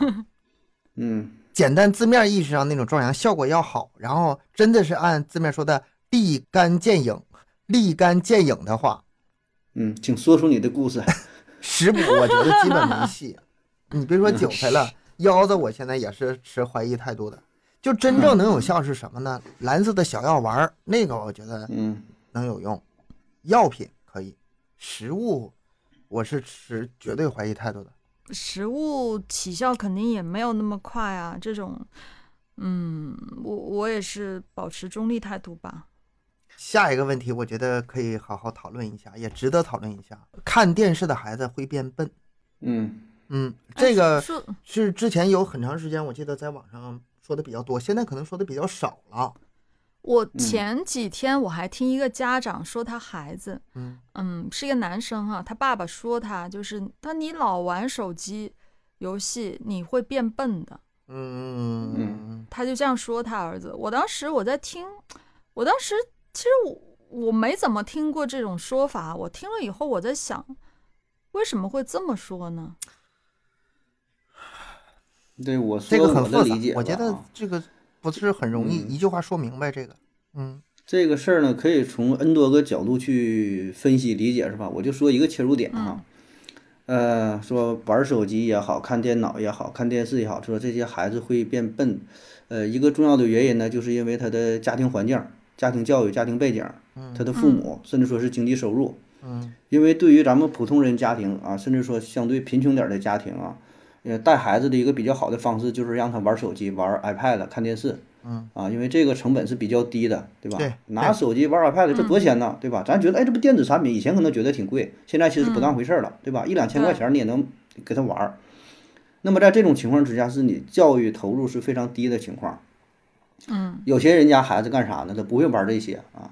C: 嗯，
A: 简单字面意识上那种壮阳效果要好，然后真的是按字面说的立竿见影，立竿见影的话，
C: 嗯，请说出你的故事。
A: 食补我觉得基本没戏。你别说韭菜了，腰子我现在也是持怀疑态度的。就真正能有效是什么呢？蓝色的小药丸儿，那个我觉得
C: 嗯
A: 能有用，药品可以，食物我是持绝对怀疑态度的。
B: 食物起效肯定也没有那么快啊，这种，嗯，我我也是保持中立态度吧。
A: 下一个问题，我觉得可以好好讨论一下，也值得讨论一下。看电视的孩子会变笨，
C: 嗯
A: 嗯，
B: 哎
A: 这个
B: 说
A: 是之前有很长时间，我记得在网上说的比较多，现在可能说的比较少了。
B: 我
C: 嗯
B: 前几天我还听一个家长说他孩子，
A: 嗯
B: 嗯，是一个男生哈、他爸爸说他就是他你老玩手机游戏，你会变笨的。
A: 嗯嗯
B: 他就这样说他儿子。我当时我在听，我当时其实我我没怎么听过这种说法，我听了以后我在想，为什么会这么说呢？
C: 对我
A: 这
C: 说
A: 个很
C: 我的
A: 复
C: 理解
A: 杂，
C: 吧啊，
A: 我觉得这个不是很容易、
C: 嗯
A: 一句话说明白这个。 嗯
C: 这个事儿呢，可以从 N 多个角度去分析理解，是吧？我就说一个切入点哈，呃，说玩手机也好看电脑也好看电视也好，说这些孩子会变笨，呃，一个重要的原因呢，就是因为他的家庭环境、家庭教育、家庭背景，他的父母，甚至说是经济收入，
A: 嗯
C: 因为对于咱们普通人家庭啊，甚至说相对贫穷点儿的家庭啊，呃，带孩子的一个比较好的方式就是让他玩手机、玩 iPad、看电视，
A: 嗯，
C: 啊，因为这个成本是比较低的，对吧？
A: 对
C: 拿手机玩 iPad 这多少钱嗯呢？对吧？咱觉得哎，这不电子产品，以前可能觉得挺贵，现在其实不当回事儿了，对吧？一两千块钱你也能给他玩儿。那么在这种情况之下，是你教育投入是非常低的情况。嗯，有些人家孩子干啥呢？他不会玩这些啊，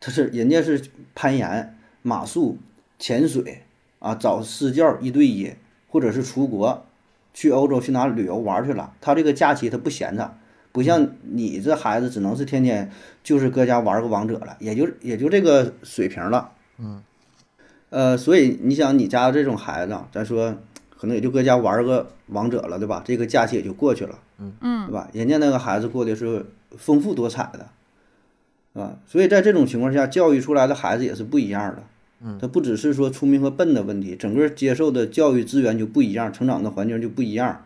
C: 他是人家是攀岩、马术、潜水啊，找私教一对一，或者是出国去欧洲去哪旅游玩去了。他这个假期他不闲着，不像你这孩子只能是天天就是搁家玩个王者了，也就也就这个水平了。嗯，呃，所以你想你家这种孩子啊，咱说可能也就搁家玩个王者了，对吧？这个假期也就过去了。嗯，对吧？人家那个孩子过得是丰富多彩的，啊，所以在这种情况下，教育出来的孩子也是不一样的。嗯，他不只是说聪明和笨的问题，整个接受的教育资源就不一样，成长的环境就不一样，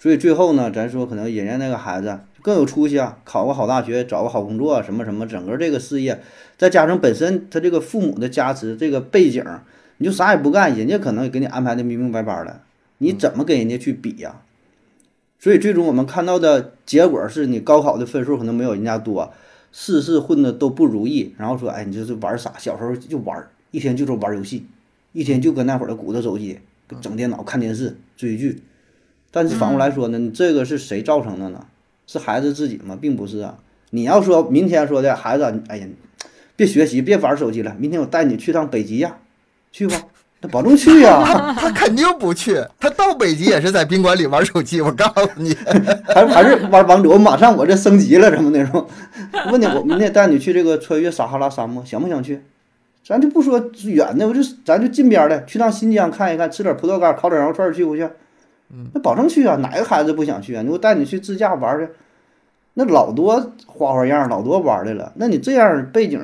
C: 所以最后呢，咱说可能人家那个孩子更有出息啊，考个好大学，找个好工作，什么什么，整个这个事业，再加上本身他这个父母的加持，这个背景，你就啥也不干，人家可能给你安排的明明白白的，你怎么跟人家去比呀、所以最终我们看到的结果是你高考的分数可能没有人家多，事事混的都不如意，然后说，哎，你这是玩啥？小时候就玩儿，一天就知道玩儿游戏，一天就搁那会儿鼓捣手机，整电脑看电视追剧。但是反过来说呢，你这个是谁造成的呢？是孩子自己吗？并不是啊。你要说明天说的孩子啊，哎呀，别学习，别玩手机了，明天我带你去趟北极呀，去吧，那保证去呀、
A: 他肯定不去，他到北极也是在宾馆里玩手机。我告诉你，
C: 还还是玩王者，我马上我这升级了，什么那种。问你，我明天带你去这个穿越撒哈拉沙漠，想不想去？咱就不说远的，我就咱就近边的，去趟新疆看一看，吃点葡萄干，烤点羊肉串，去不去？那保证去啊！哪个孩子不想去啊？你我带你去自驾玩去，那老多花花样，老多玩的了。那你这样背景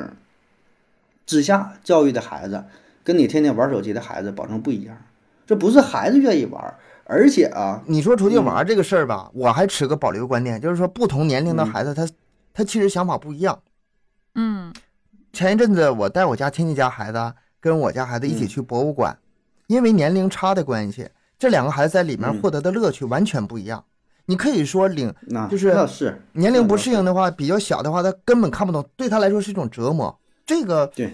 C: 之下教育的孩子，跟你天天玩手机的孩子，保证不一样。这不是孩子愿意玩，而且啊，
A: 你说出去玩这个事儿吧，我还持个保留观点，就是说不同年龄的
C: 嗯
A: 孩子，他他其实想法不一样。
B: 嗯
A: 前一阵子我带我家亲戚家孩子啊跟我家孩子一
C: 嗯
A: 起去博物馆，因为年龄差的关系，这两个孩子在里面
C: 嗯
A: 获得的乐趣完全不一样。你可以说领
C: 那
A: 就是
C: 那是
A: 年龄不适应的话，比较小的话，他根本看不懂，对他来说是一种折磨。这个
C: 对，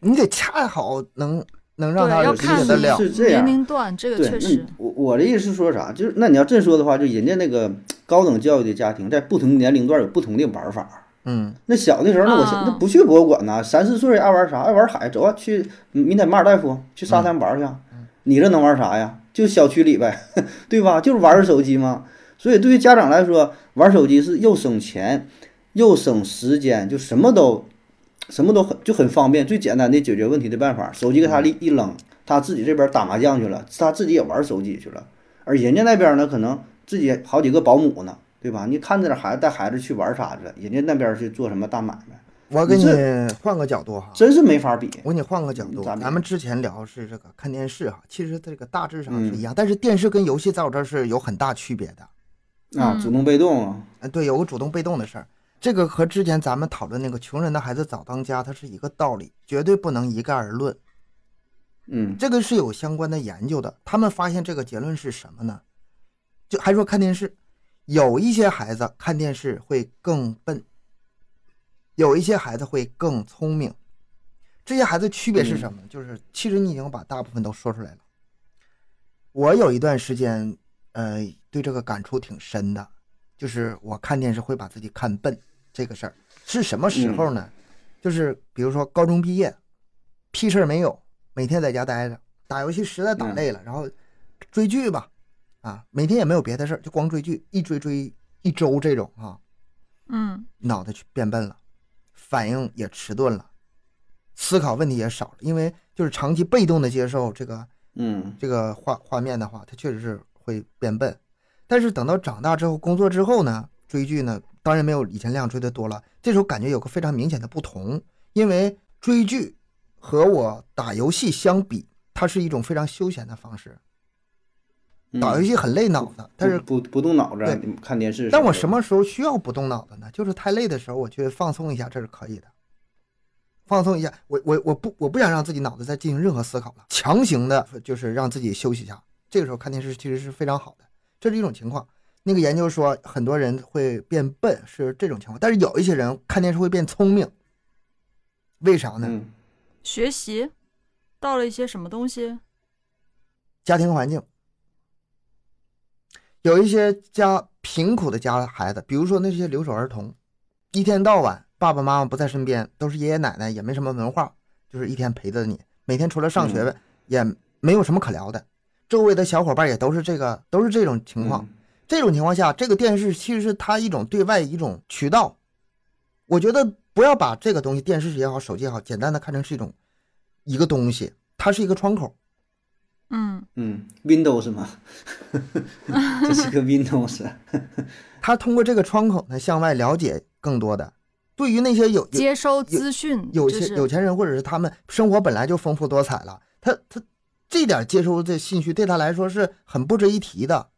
A: 你得恰好能能让
B: 对
A: 他
B: 要
A: 理解
B: 看
A: 得
B: 你
A: 了。
C: 是这
B: 年
C: 样。
B: 龄段这个
C: 对，
B: 确
C: 那你
B: 实，
C: 我我的意思是说啥？就是那你要这么说的话，就人家那个高等教育的家庭，在不同年龄段有不同的玩法。
A: 嗯，
C: 那小的时候，那我想
B: 啊
C: 那不去博物馆呐，三四岁爱玩啥？爱玩海，走啊，去明天马尔代夫去沙滩玩去啊。你这能玩啥呀？就小区里呗， 对吧？就是玩手机嘛。所以对于家长来说，玩手机是又省钱，又省时间，就什么都什么都很就很方便，最简单的解决问题的办法。手机给他一一扔，他自己这边打麻将去了，他自己也玩手机去了。而人家那边呢，可能自己好几个保姆呢，对吧？你看着点孩子带孩子去玩啥去了，人家那边去做什么大买卖，
A: 我给
C: 你
A: 你
C: 这
A: 换个角度哈，
C: 真是没法比。
A: 我给你换个角度
C: 咋，
A: 嗯
C: 的
A: 咱们之前聊是这个看电视哈，其实这个大致上是一样，但是电视跟游戏在我这儿是有很大区别的。嗯
C: 啊，主动被动啊，
A: 呃，对，有个主动被动的事儿，这个和之前咱们讨论那个穷人的孩子早当家，它是一个道理，绝对不能一概而论。
C: 嗯
A: 这个是有相关的研究的。他们发现这个结论是什么呢？就还说看电视，有一些孩子看电视会更笨，有一些孩子会更聪明。这些孩子区别是什么呢？就是其实你已经把大部分都说出来了。我有一段时间，呃，对这个感触挺深的，就是我看电视会把自己看笨这个事儿是什么时候呢？就是比如说高中毕业，屁事儿没有，每天在家待着，打游戏实在打
C: 嗯
A: 累了，然后追剧吧，啊，每天也没有别的事儿，就光追剧，一追追一周这种啊，
B: 嗯
A: 脑袋去变笨了，反应也迟钝了，思考问题也少了，因为就是长期被动的接受这个
C: 嗯
A: 这个画画面的话，它确实是会变笨。但是等到长大之后，工作之后呢，追剧呢，当然没有以前那样追的多了。这时候感觉有个非常明显的不同，因为追剧和我打游戏相比，它是一种非常休闲的方式。
C: 嗯，
A: 打游戏很累脑子，但是
C: 不不不动脑子啊
A: 对
C: 你看电视。
A: 但我什？么时候需要不动脑子呢？就是太累的时候，我去放松一下，这是可以的。放松一下，我我我不我不想让自己脑子再进行任何思考了，强行的就是让自己休息一下。这个时候看电视其实是非常好的，这是一种情况。那个研究说，很多人会变笨是这种情况，但是有一些人看电视会变聪明，为啥呢？
C: 嗯
B: 学习到了一些什么东西？
A: 家庭环境、有一些家贫苦的家的孩子，比如说那些留守儿童，一天到晚爸爸妈妈不在身边，都是爷爷奶奶，也没什么文化，就是一天陪着你，每天除了上学、也没有什么可聊的。周围的小伙伴也都是这个，都是这种情
C: 嗯
A: 况。这种情况下，这个电视其实是它一种对外一种渠道。我觉得不要把这个东西，电视也好，手机也好，简单的看成是一种一个东西，它是一个窗口。
B: 嗯，
C: 嗯，Windows 嘛， 这是个 Windows，
A: 他通过这个窗口呢，向外了解更多的。对于那些有有
B: 接收资讯，嗯
A: 有
B: 这
A: 些
B: 是
A: 有钱人，或者是他们生活本来就丰富多彩了，他他这点接收这信息对他来说是很不值一提的。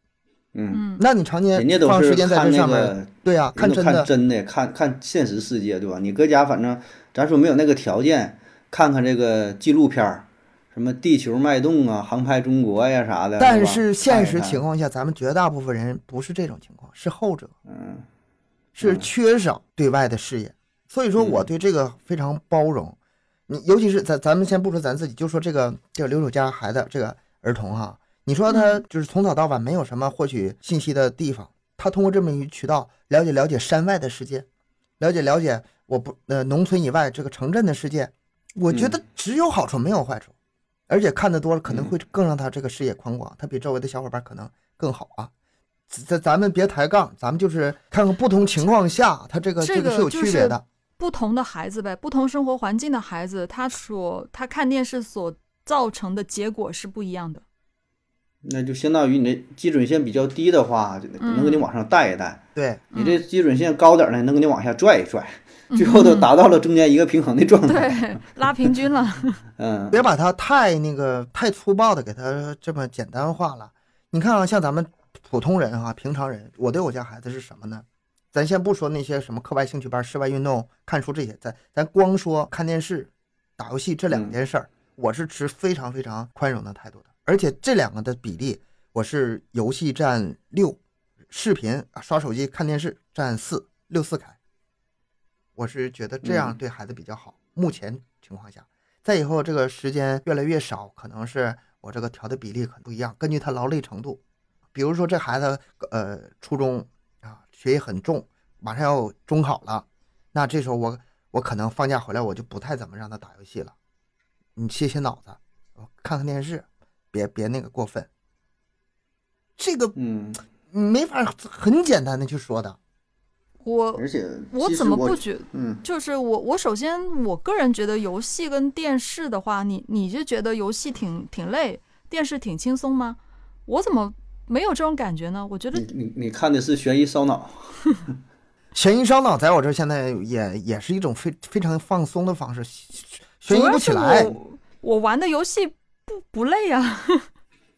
C: 嗯，
B: 嗯，
A: 那你常年
C: 人家都
A: 放
C: 是
A: 时间在
C: 看
A: 这
C: 那
A: 上面，
C: 个
A: 对呀、看
C: 人都
A: 真
C: 看
A: 的，
C: 真的，看看现实世界，对吧？你搁家反正咱说没有那个条件，看看这个纪录片儿，什么《地球脉动》啊，《航拍中国》呀啥的。对
A: 但
C: 吧
A: 是现实，
C: 看
A: 情
C: 一看
A: 况下，咱们绝大部分人不是这种情况，是后者，
C: 嗯，
A: 是
C: 嗯
A: 缺少对外的视野。所以说，我
C: 嗯
A: 对这个非常包容。你尤其是咱咱们先不说咱自己，就说这个这个留守家孩子这个儿童哈，你说他
C: 嗯
A: 就是从早到晚没有什么获取信息的地方，他通过这么一个渠道了解了解山外的世界，了解了解我不呃农村以外这个城镇的世界，我觉
B: 嗯
A: 得只有好处没有坏处，而且看得多了可能会更让他这个视野宽广，他比周围的小伙伴可能更好啊。咱咱咱们别抬杠，咱们就是看看不同情况下他这个
B: 这
A: 这个
B: 个
A: 是有
B: 就
A: 区别
B: 是
A: 的，
B: 不同的孩子呗，不同生活环境的孩子，他所他看电视所造成的结果是不一样的。
C: 那就相当于你这基准线比较低的话，就
B: 嗯
C: 能给你往上带一带；
A: 对。
C: 你这基准线高点儿呢，能给你往下拽一拽，最后都达到了中间一个平衡的状态。
B: 嗯对，拉平均了。
C: 嗯，
A: 别把它太那个太粗暴的给它这么简单化了。你看啊，像咱们普通人啊，平常人，我对我家孩子是什么呢？咱先不说那些什么课外兴趣班、室外运动、看书这些，咱咱光说看电视、打游戏这两件事儿，我是持非常非常宽容的态度的。而且这两个的比例，我是游戏占六，视频啊刷手机看电视占四，六四开。我是觉得这样
C: 嗯
A: 对孩子比较好。目前情况下，再以后这个时间越来越少，可能是我这个调的比例可能不一样，根据他劳累程度。比如说这孩子呃初中啊学业很重，马上要中考了，那这时候我我可能放假回来我就不太怎么让他打游戏了，你歇歇脑子，我看看电视，别别那个过分。这个
C: 嗯，
A: 没法很简单的去说的，
B: 我
C: 而且
B: 我
C: 其实
B: 怎么不觉？
C: 嗯
B: 就是我我首先我个人觉得游戏跟电视的话，你你是觉得游戏挺挺累，电视挺轻松吗？我怎么没有这种感觉呢？我觉得
C: 你你你看的是悬疑烧脑，
A: 悬疑烧脑在我这儿现在也也是一种非非常放松的方式，悬疑
B: 主要
A: 不起
B: 是
A: 来。
B: 我我玩的游戏不不累啊，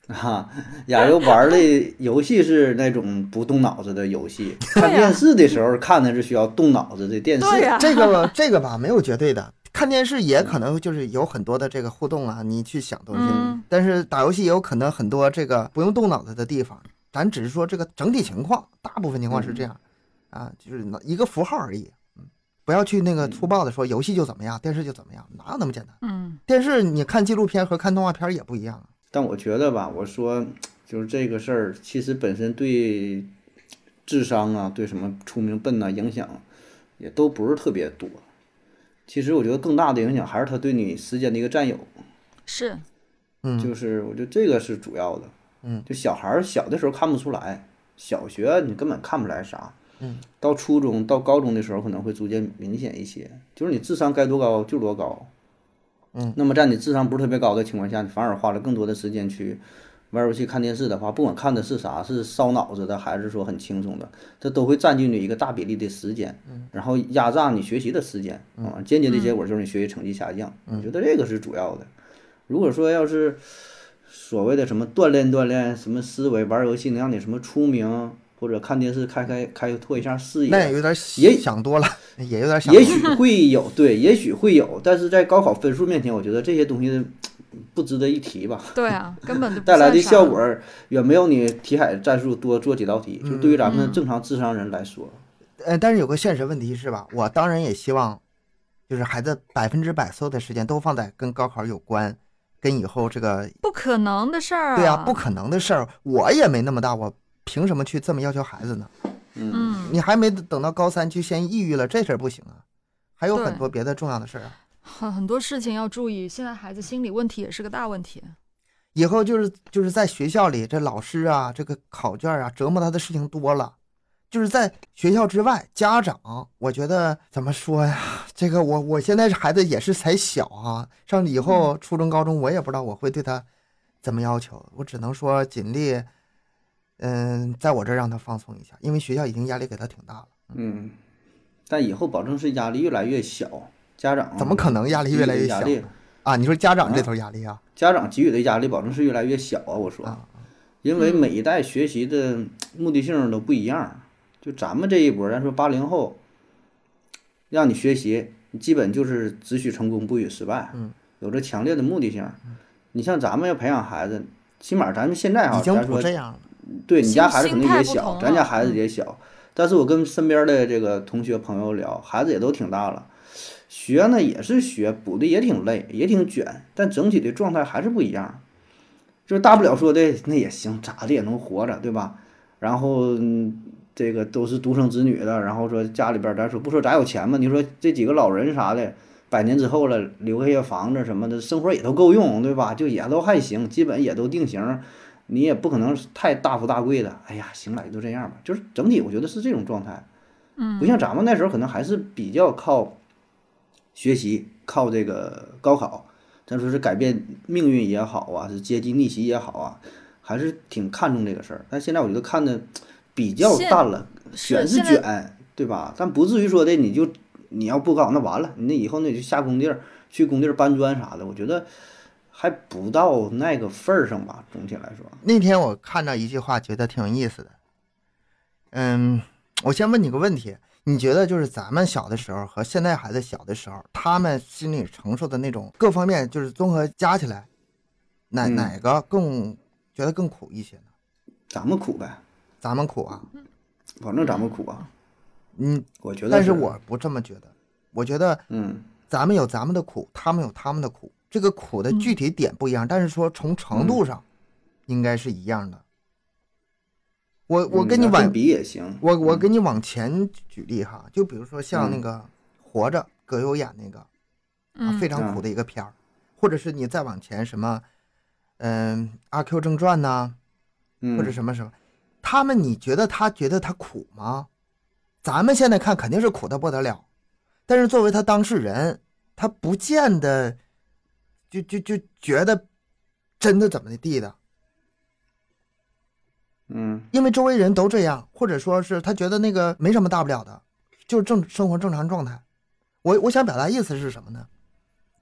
C: 哈，啊亚游玩儿的游戏是那种不动脑子的游戏，
B: 对呀
C: 看电视的时候看的是需要动脑子的电视。
B: 对呀、
A: 这个吧这个吧，没有绝对的。看电视也可能就是有很多的这个互动啊，你去想东西。
B: 嗯
A: 但是打游戏也有可能很多这个不用动脑子的地方。咱只是说这个整体情况，大部分情况是这样，
B: 嗯
A: 啊，就是那一个符号而已。嗯，不要去那个粗暴的说游戏就怎么样，电视就怎么样，哪有那么简单？
B: 嗯，
A: 电视你看纪录片和看动画片也不一样啊。
C: 但我觉得吧，我说就是这个事儿，其实本身对智商啊，对什么出名笨呐、影响也都不是特别多。其实我觉得更大的影响还是他对你时间的一个占有，
B: 是
A: 嗯，
C: 就是我觉得这个是主要的。
A: 嗯，
C: 就小孩儿小的时候看不出来，小学你根本看不出来啥。
A: 嗯，
C: 到初中到高中的时候可能会逐渐明显一些，就是你智商该多高就多高。
A: 嗯，
C: 那么在你智商不是特别高的情况下，你反而花了更多的时间去玩游戏、看电视的话，不管看的是啥，是烧脑子的还是说很轻松的，这都会占据你一个大比例的时间，
A: 嗯
C: 然后压榨你学习的时间啊，间接的结果就是你学习成绩下降。
A: 嗯
C: 我觉得这个是主要的。如果说要是所谓的什么锻炼锻炼什么思维，玩游戏能让你什么出名，或者看电视开开开拓一下视
A: 那也
C: 野，
A: 有点
C: 也
A: 想多了，也有点想多
C: 也
A: 了。
C: 许会有对，也许会有，但是在高考分数面前，我觉得这些东西不值得一提吧。
B: 对啊，根本就不
C: 带来的
B: 算啥
C: 效果远没有你题海战术多做几道题，就对于咱
A: 嗯
C: 们正常智商人来说，
A: 呃，但是有个现实问题是吧？我当然也希望，就是孩子百分之百所有的时间都放在跟高考有关，跟以后这个
B: 不可能的事儿、
A: 对啊不可能的事儿，我也没那么大，我凭什么去这么要求孩子呢？
C: 嗯
B: 嗯，
A: 你还没等到高三就先抑郁了，这事儿不行啊，还有很
B: 对
A: 多别的重要的事儿啊。
B: 很很多事情要注意。现在孩子心理问题也是个大问题。
A: 以后就是就是在学校里，这老师啊，这个考卷啊，折磨他的事情多了。就是在学校之外，家长，我觉得怎么说呀？这个我我现在孩子也是才小啊，上以
C: 嗯
A: 后初中、高中，我也不知道我会对他怎么要求，我只能说尽力，嗯，在我这儿让他放松一下，因为学校已经压力给他挺大了，
C: 嗯，但以后保证是压力越来越小，家长
A: 怎么可能压力越来越小
C: 嗯压力
A: 啊？你说家长这头压力啊？
C: 家长给予的压力保证是越来越小啊！我说，
A: 啊
C: 因为每一代学习的目的性都不一样。就咱们这一波，咱说八零后，让你学习，你基本就是只许成功不许失败，
A: 嗯
C: 有着强烈的目的性。你像咱们要培养孩子，起码咱们现在哈，啊
A: 已经
C: 咱
A: 不
C: 说
A: 这样了，
C: 对你
B: 嗯心
C: 家孩子肯定
B: 心态
C: 也
B: 不
C: 小，
B: 同
C: 咱家
B: 了嗯
C: 孩子也小，但是我跟身边的这个同学朋友聊，孩子也都挺大了，学呢也是学，补的也挺累，也挺卷，但整体的状态还是不一样。就是大不了说的那也行，咋的也能活着，对吧？然后、嗯这个都是独生子女的，然后说家里边儿咱说不说咱有钱嘛，你说这几个老人啥的，百年之后了留下些房子什么的，生活也都够用，对吧？就也都还行，基本也都定型儿，你也不可能是太大富大贵的。哎呀，行了，也就这样吧。就是整体我觉得是这种状态，嗯，不像咱们那时候可能还是比较靠学习，靠这个高考，咱说是改变命运也好啊，是阶级逆袭也好啊，还是挺看重这个事儿。但现在我觉得看的比较
B: 现
C: 淡了，
B: 是
C: 卷是
B: 现在
C: 卷，对吧？但不至于说的你就你要不高那完了，你那以后那就下工地儿去工地儿搬砖啥的，我觉得还不到那个份儿上吧。总体来说，
A: 那天我看到一句话，觉得挺有意思的。嗯，我先问你个问题，你觉得就是咱们小的时候和现在孩子小的时候，他们心里承受的那种各方面，就是综合加起来，哪、
C: 嗯
A: 哪个更觉得更苦一些呢？
C: 咱们苦呗，
A: 咱们苦啊，
C: 保证咱们苦啊。
A: 嗯，
C: 我觉得，
A: 但是我不这么觉得，我觉得
C: 嗯
A: 咱们有咱们的苦，他们有他们的苦，这个苦的具体点不一样，但是说从程度
C: 嗯
A: 上，应该是一样的。我我
C: 嗯
A: 跟你
C: 那
A: 挽
C: 比也行。
A: 我我
C: 嗯
A: 给你往前举例哈，就比如说像那
C: 嗯
A: 个《活着》，葛优演那个啊
B: 嗯
A: 非常苦的一个片儿，或者是你再往前什么，嗯，《阿 Q 正传》呐，
C: 嗯
A: 或者什么什么，他们你觉得他觉得他苦吗？咱们现在看肯定是苦的不得了，但是作为他当事人，他不见得就就就觉得真的怎么的地的，
C: 嗯
A: 因为周围人都这样，或者说是他觉得那个没什么大不了的，就是正生活正常状态。我我想表达意思是什么呢？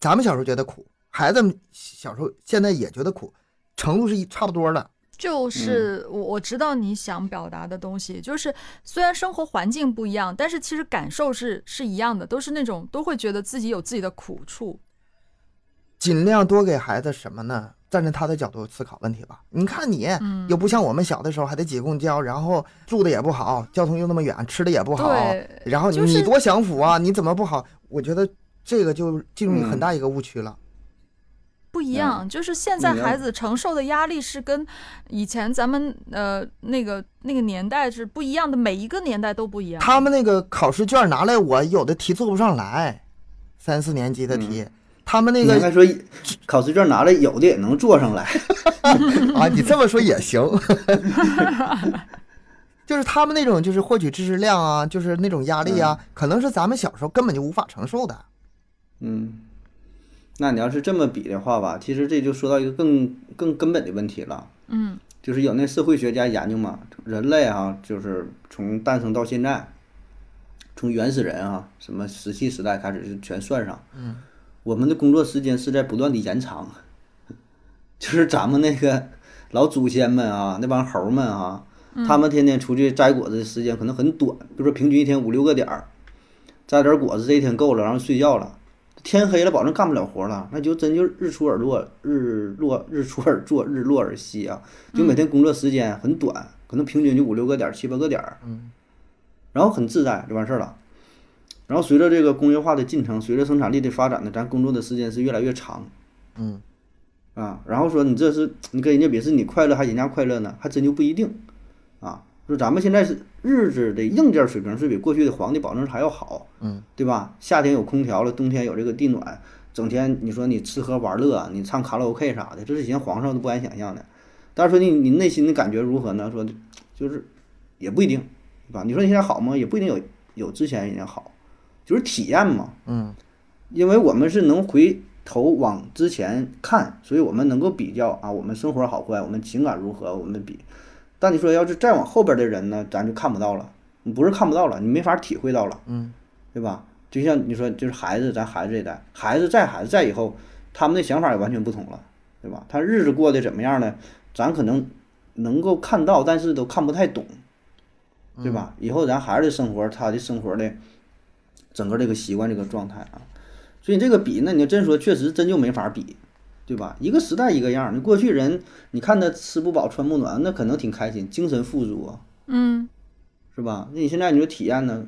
A: 咱们小时候觉得苦，孩子们小时候现在也觉得苦，程度是一差不多的。
C: 嗯
B: 就是我我知道你想表达的东西，就是虽然生活环境不一样，但是其实感受是是一样的，都是那种都会觉得自己有自己的苦处。
A: 尽量多给孩子什么呢？站在他的角度思考问题吧。你看你
B: 嗯
A: 又不像我们小的时候还得挤公交，然后住的也不好，交通又那么远，吃的也不好，
B: 对，
A: 然后你、
B: 就是
A: 你多享福啊，你怎么不好？我觉得这个就进入
C: 嗯
A: 很大一个误区了。
B: 不一样，就是现在孩子承受的压力是跟以前咱们呃那个那个年代是不一样的，每一个年代都不一样。
A: 他们那个考试卷拿来，我有的题做不上来，三四年级的题，他们那
C: 你应
A: 个
C: 该说考试卷拿来，有的也能做上来。
A: 啊，你这么说也行，就是他们那种就是获取知识量啊，就是那种压力啊，可能是咱们小时候根本就无法承受的。
C: 嗯，那你要是这么比的话吧，其实这就说到一个更更根本的问题了。
B: 嗯
C: 就是有那社会学家研究嘛，人类啊，就是从诞生到现在，从原始人啊，什么石器时代开始就全算上，嗯，我们的工作时间是在不断的延长， 就是咱们那个老祖先们啊，那帮猴儿们啊，他们天天出去摘果子的时间可能很短，比如说平均一天五六个点儿，摘点儿果子这一天够了，然后睡觉了。天黑了，保证干不了活了，那就真就日出而落，日落日出而作，日落而息啊！就每天工作时间很短，可能平均就五六个点儿、七八个点儿，
A: 嗯，
C: 然后很自在就完事儿了。然后随着这个工业化的进程，随着生产力的发展呢，咱工作的时间是越来越长
A: 嗯，
C: 啊。然后说你这是你跟人家比，是你快乐还人家快乐呢，还真就不一定啊，就咱们现在是日子的硬件水平是比过去的皇帝保证还要好，
A: 嗯，
C: 对吧？夏天有空调了，冬天有这个地暖，整天你说你吃喝玩乐，啊你唱卡拉 OK 啥的，这是以前皇上都不敢想象的。但是说你你内心的感觉如何呢？说就是也不一定，对吧？你说你现在好吗？也不一定有有之前人家好，就是体验嘛，
A: 嗯
C: 因为我们是能回头往之前看，所以我们能够比较啊，我们生活好坏，我们情感如何，我们比。但你说要是再往后边的人呢，咱就看不到了，你不是看不到了，你没法体会到了，
A: 嗯
C: 对吧？就像你说，就是孩子，咱孩子这一代，孩子在孩子在以后，他们的想法也完全不同了，对吧？他日子过得怎么样呢？咱可能能够看到，但是都看不太懂，对吧？以后咱孩子的生活，他的生活的整个这个习惯、这个状态啊，所以这个比，那你要真说，确实真就没法比，对吧？一个时代一个样儿，你过去人，你看他吃不饱穿不暖，那可能挺开心，精神富足啊，
B: 嗯，
C: 是吧？那你现在你说体验呢，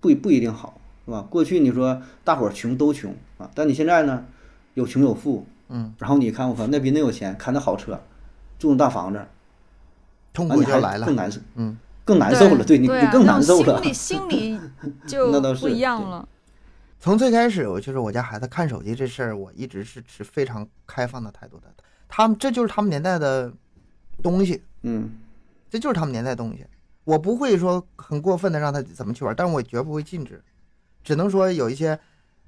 C: 不不一定好，是吧？过去你说大伙儿穷都穷啊，但你现在呢，有穷有富，
A: 嗯，
C: 然后你看我靠，那比那有钱，开那好车，住那大房子，
A: 痛
C: 那
A: 苦
C: 你
A: 就
C: 还
A: 来了
C: 更。难受，
A: 啊嗯，
C: 更难受了，对你
B: 对
C: 你
B: 啊
C: 更
B: 那
C: 难受
B: 种
C: 了，
B: 心里心 里就
C: 那倒
B: 不
C: 是
B: 一样
C: 对
B: 了。
A: 从最开始，我就是我家孩子看手机这事儿，我一直是持非常开放的态度的。他们这就是他们年代的东西，
C: 嗯。
A: 这就是他们年代的东西。我不会说很过分的让他怎么去玩，但我绝不会禁止，只能说有一些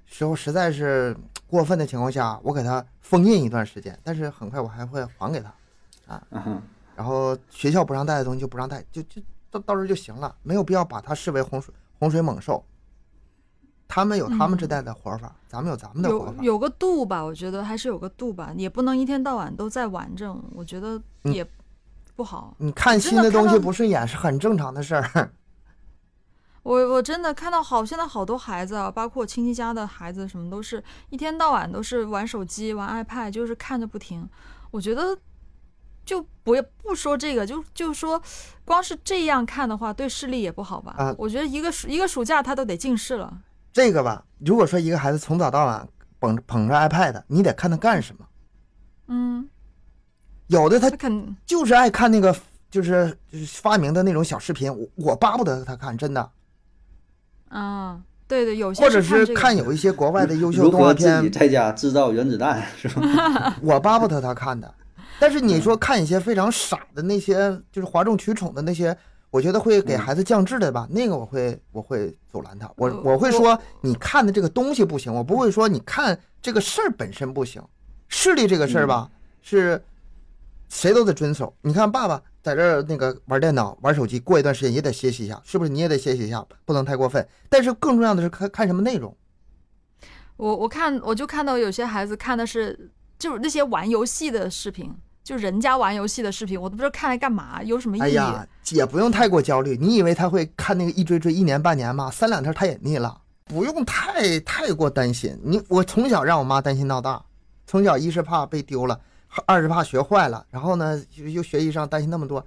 A: 时候实在是嗯过分的情况下，我给他封印一段时间，但是很快我还会还给他。
C: 啊哈，
A: 然后学校不让带的东西就不让带，就就到到这儿就行了，没有必要把它视为洪水洪水猛兽。他们有他们这代的活法，咱们有咱们的活
B: 嗯有
A: 法。
B: 有个度吧，我觉得还是有个度吧，也不能一天到晚都在玩这种，我觉得
A: 嗯
B: 也不好。
A: 你看
B: 真
A: 新
B: 的
A: 的
B: 看
A: 东西
B: 到
A: 不顺眼是很正常的事儿。
B: 我我真的看到好，现在好多孩子啊，包括我亲戚家的孩子，什么都是一天到晚都是玩手机、玩 iPad，就是看着不停。我觉得就不不说这个，就就说光是这样看的话，对视力也不好吧？
A: 啊
B: 我觉得一个暑一个暑假他都得近视了。
A: 这个吧，如果说一个孩子从早到晚捧捧着 iPad，你得看他干什么。
B: 嗯，
A: 有的他
B: 那肯
A: 就是爱看那个，就是就是发明的那种小视频，我我巴不得他看，真的。
B: 啊，对对，有些
A: 或者
B: 是看
A: 是
B: 这个
A: 看有一些国外的优秀
C: 如
A: 动画
C: 何自己
A: 片，
C: 在家制造原子弹是吧？
A: 我巴不得他看的。但是你说看一些非常傻的那些，就是哗众取宠的那些，我觉得会给孩子降智的吧，那个我会我会阻拦他，我
B: 我
A: 我会说你看的这个东西不行，我不会说你看这个事儿本身不行。视力这个事儿吧，是谁都得遵守。你看爸爸在这儿那个玩电脑、玩手机，过一段时间也得歇息一下，是不是？你也得歇息一下，不能太过分。但是更重要的是看看什么内容。
B: 我我看我就看到有些孩子看的是就是那些玩游戏的视频，就人家玩游戏的视频，我都不知道看来干嘛，有什么意义？啊
A: 哎呀，也不用太过焦虑。你以为他会看那个一追追一年半年吗？三两天他也腻了，不用太太过担心。你我从小让我妈担心到大，从小一是怕被丢了，二是怕学坏了，然后呢又又学习上担心那么多，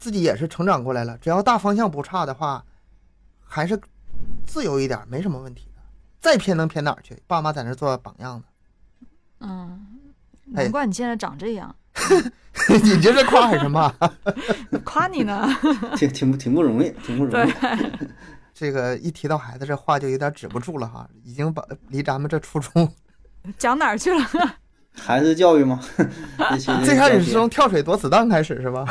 A: 自己也是成长过来了。只要大方向不差的话，还是自由一点，没什么问题的。再偏能偏哪儿去？爸妈在那儿做榜样呢。
B: 嗯，
A: 哎
B: 难怪你现在长这样，
A: 你这是夸还是骂？
B: 夸你呢。
C: 挺挺不挺不容易，挺不容易
B: 对。
A: 这个一提到孩子，这话就有点止不住了哈，已经把离咱们这初中
B: 讲哪儿去了？
C: 孩子教育吗？ 这期的
A: 最开
C: 标
A: 始
C: 题
A: 是从跳水躲子弹开始是吧？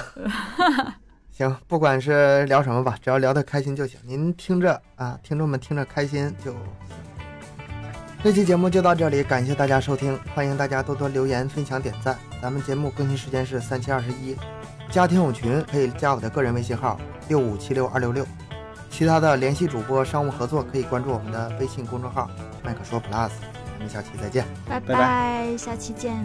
A: 行，不管是聊什么吧，只要聊得开心就行。您听着啊，听众们听着开心就行。这期节目就到这里，感谢大家收听，欢迎大家多多留言、分享、点赞。咱们节目更新时间是三七二十一，加听友群可以加我的个人微信号六五七六二六六，其他的联系主播、商务合作可以关注我们的微信公众号“麦克说 Plus”。咱们下期再见。
B: 拜
C: 拜
B: 拜，下期见。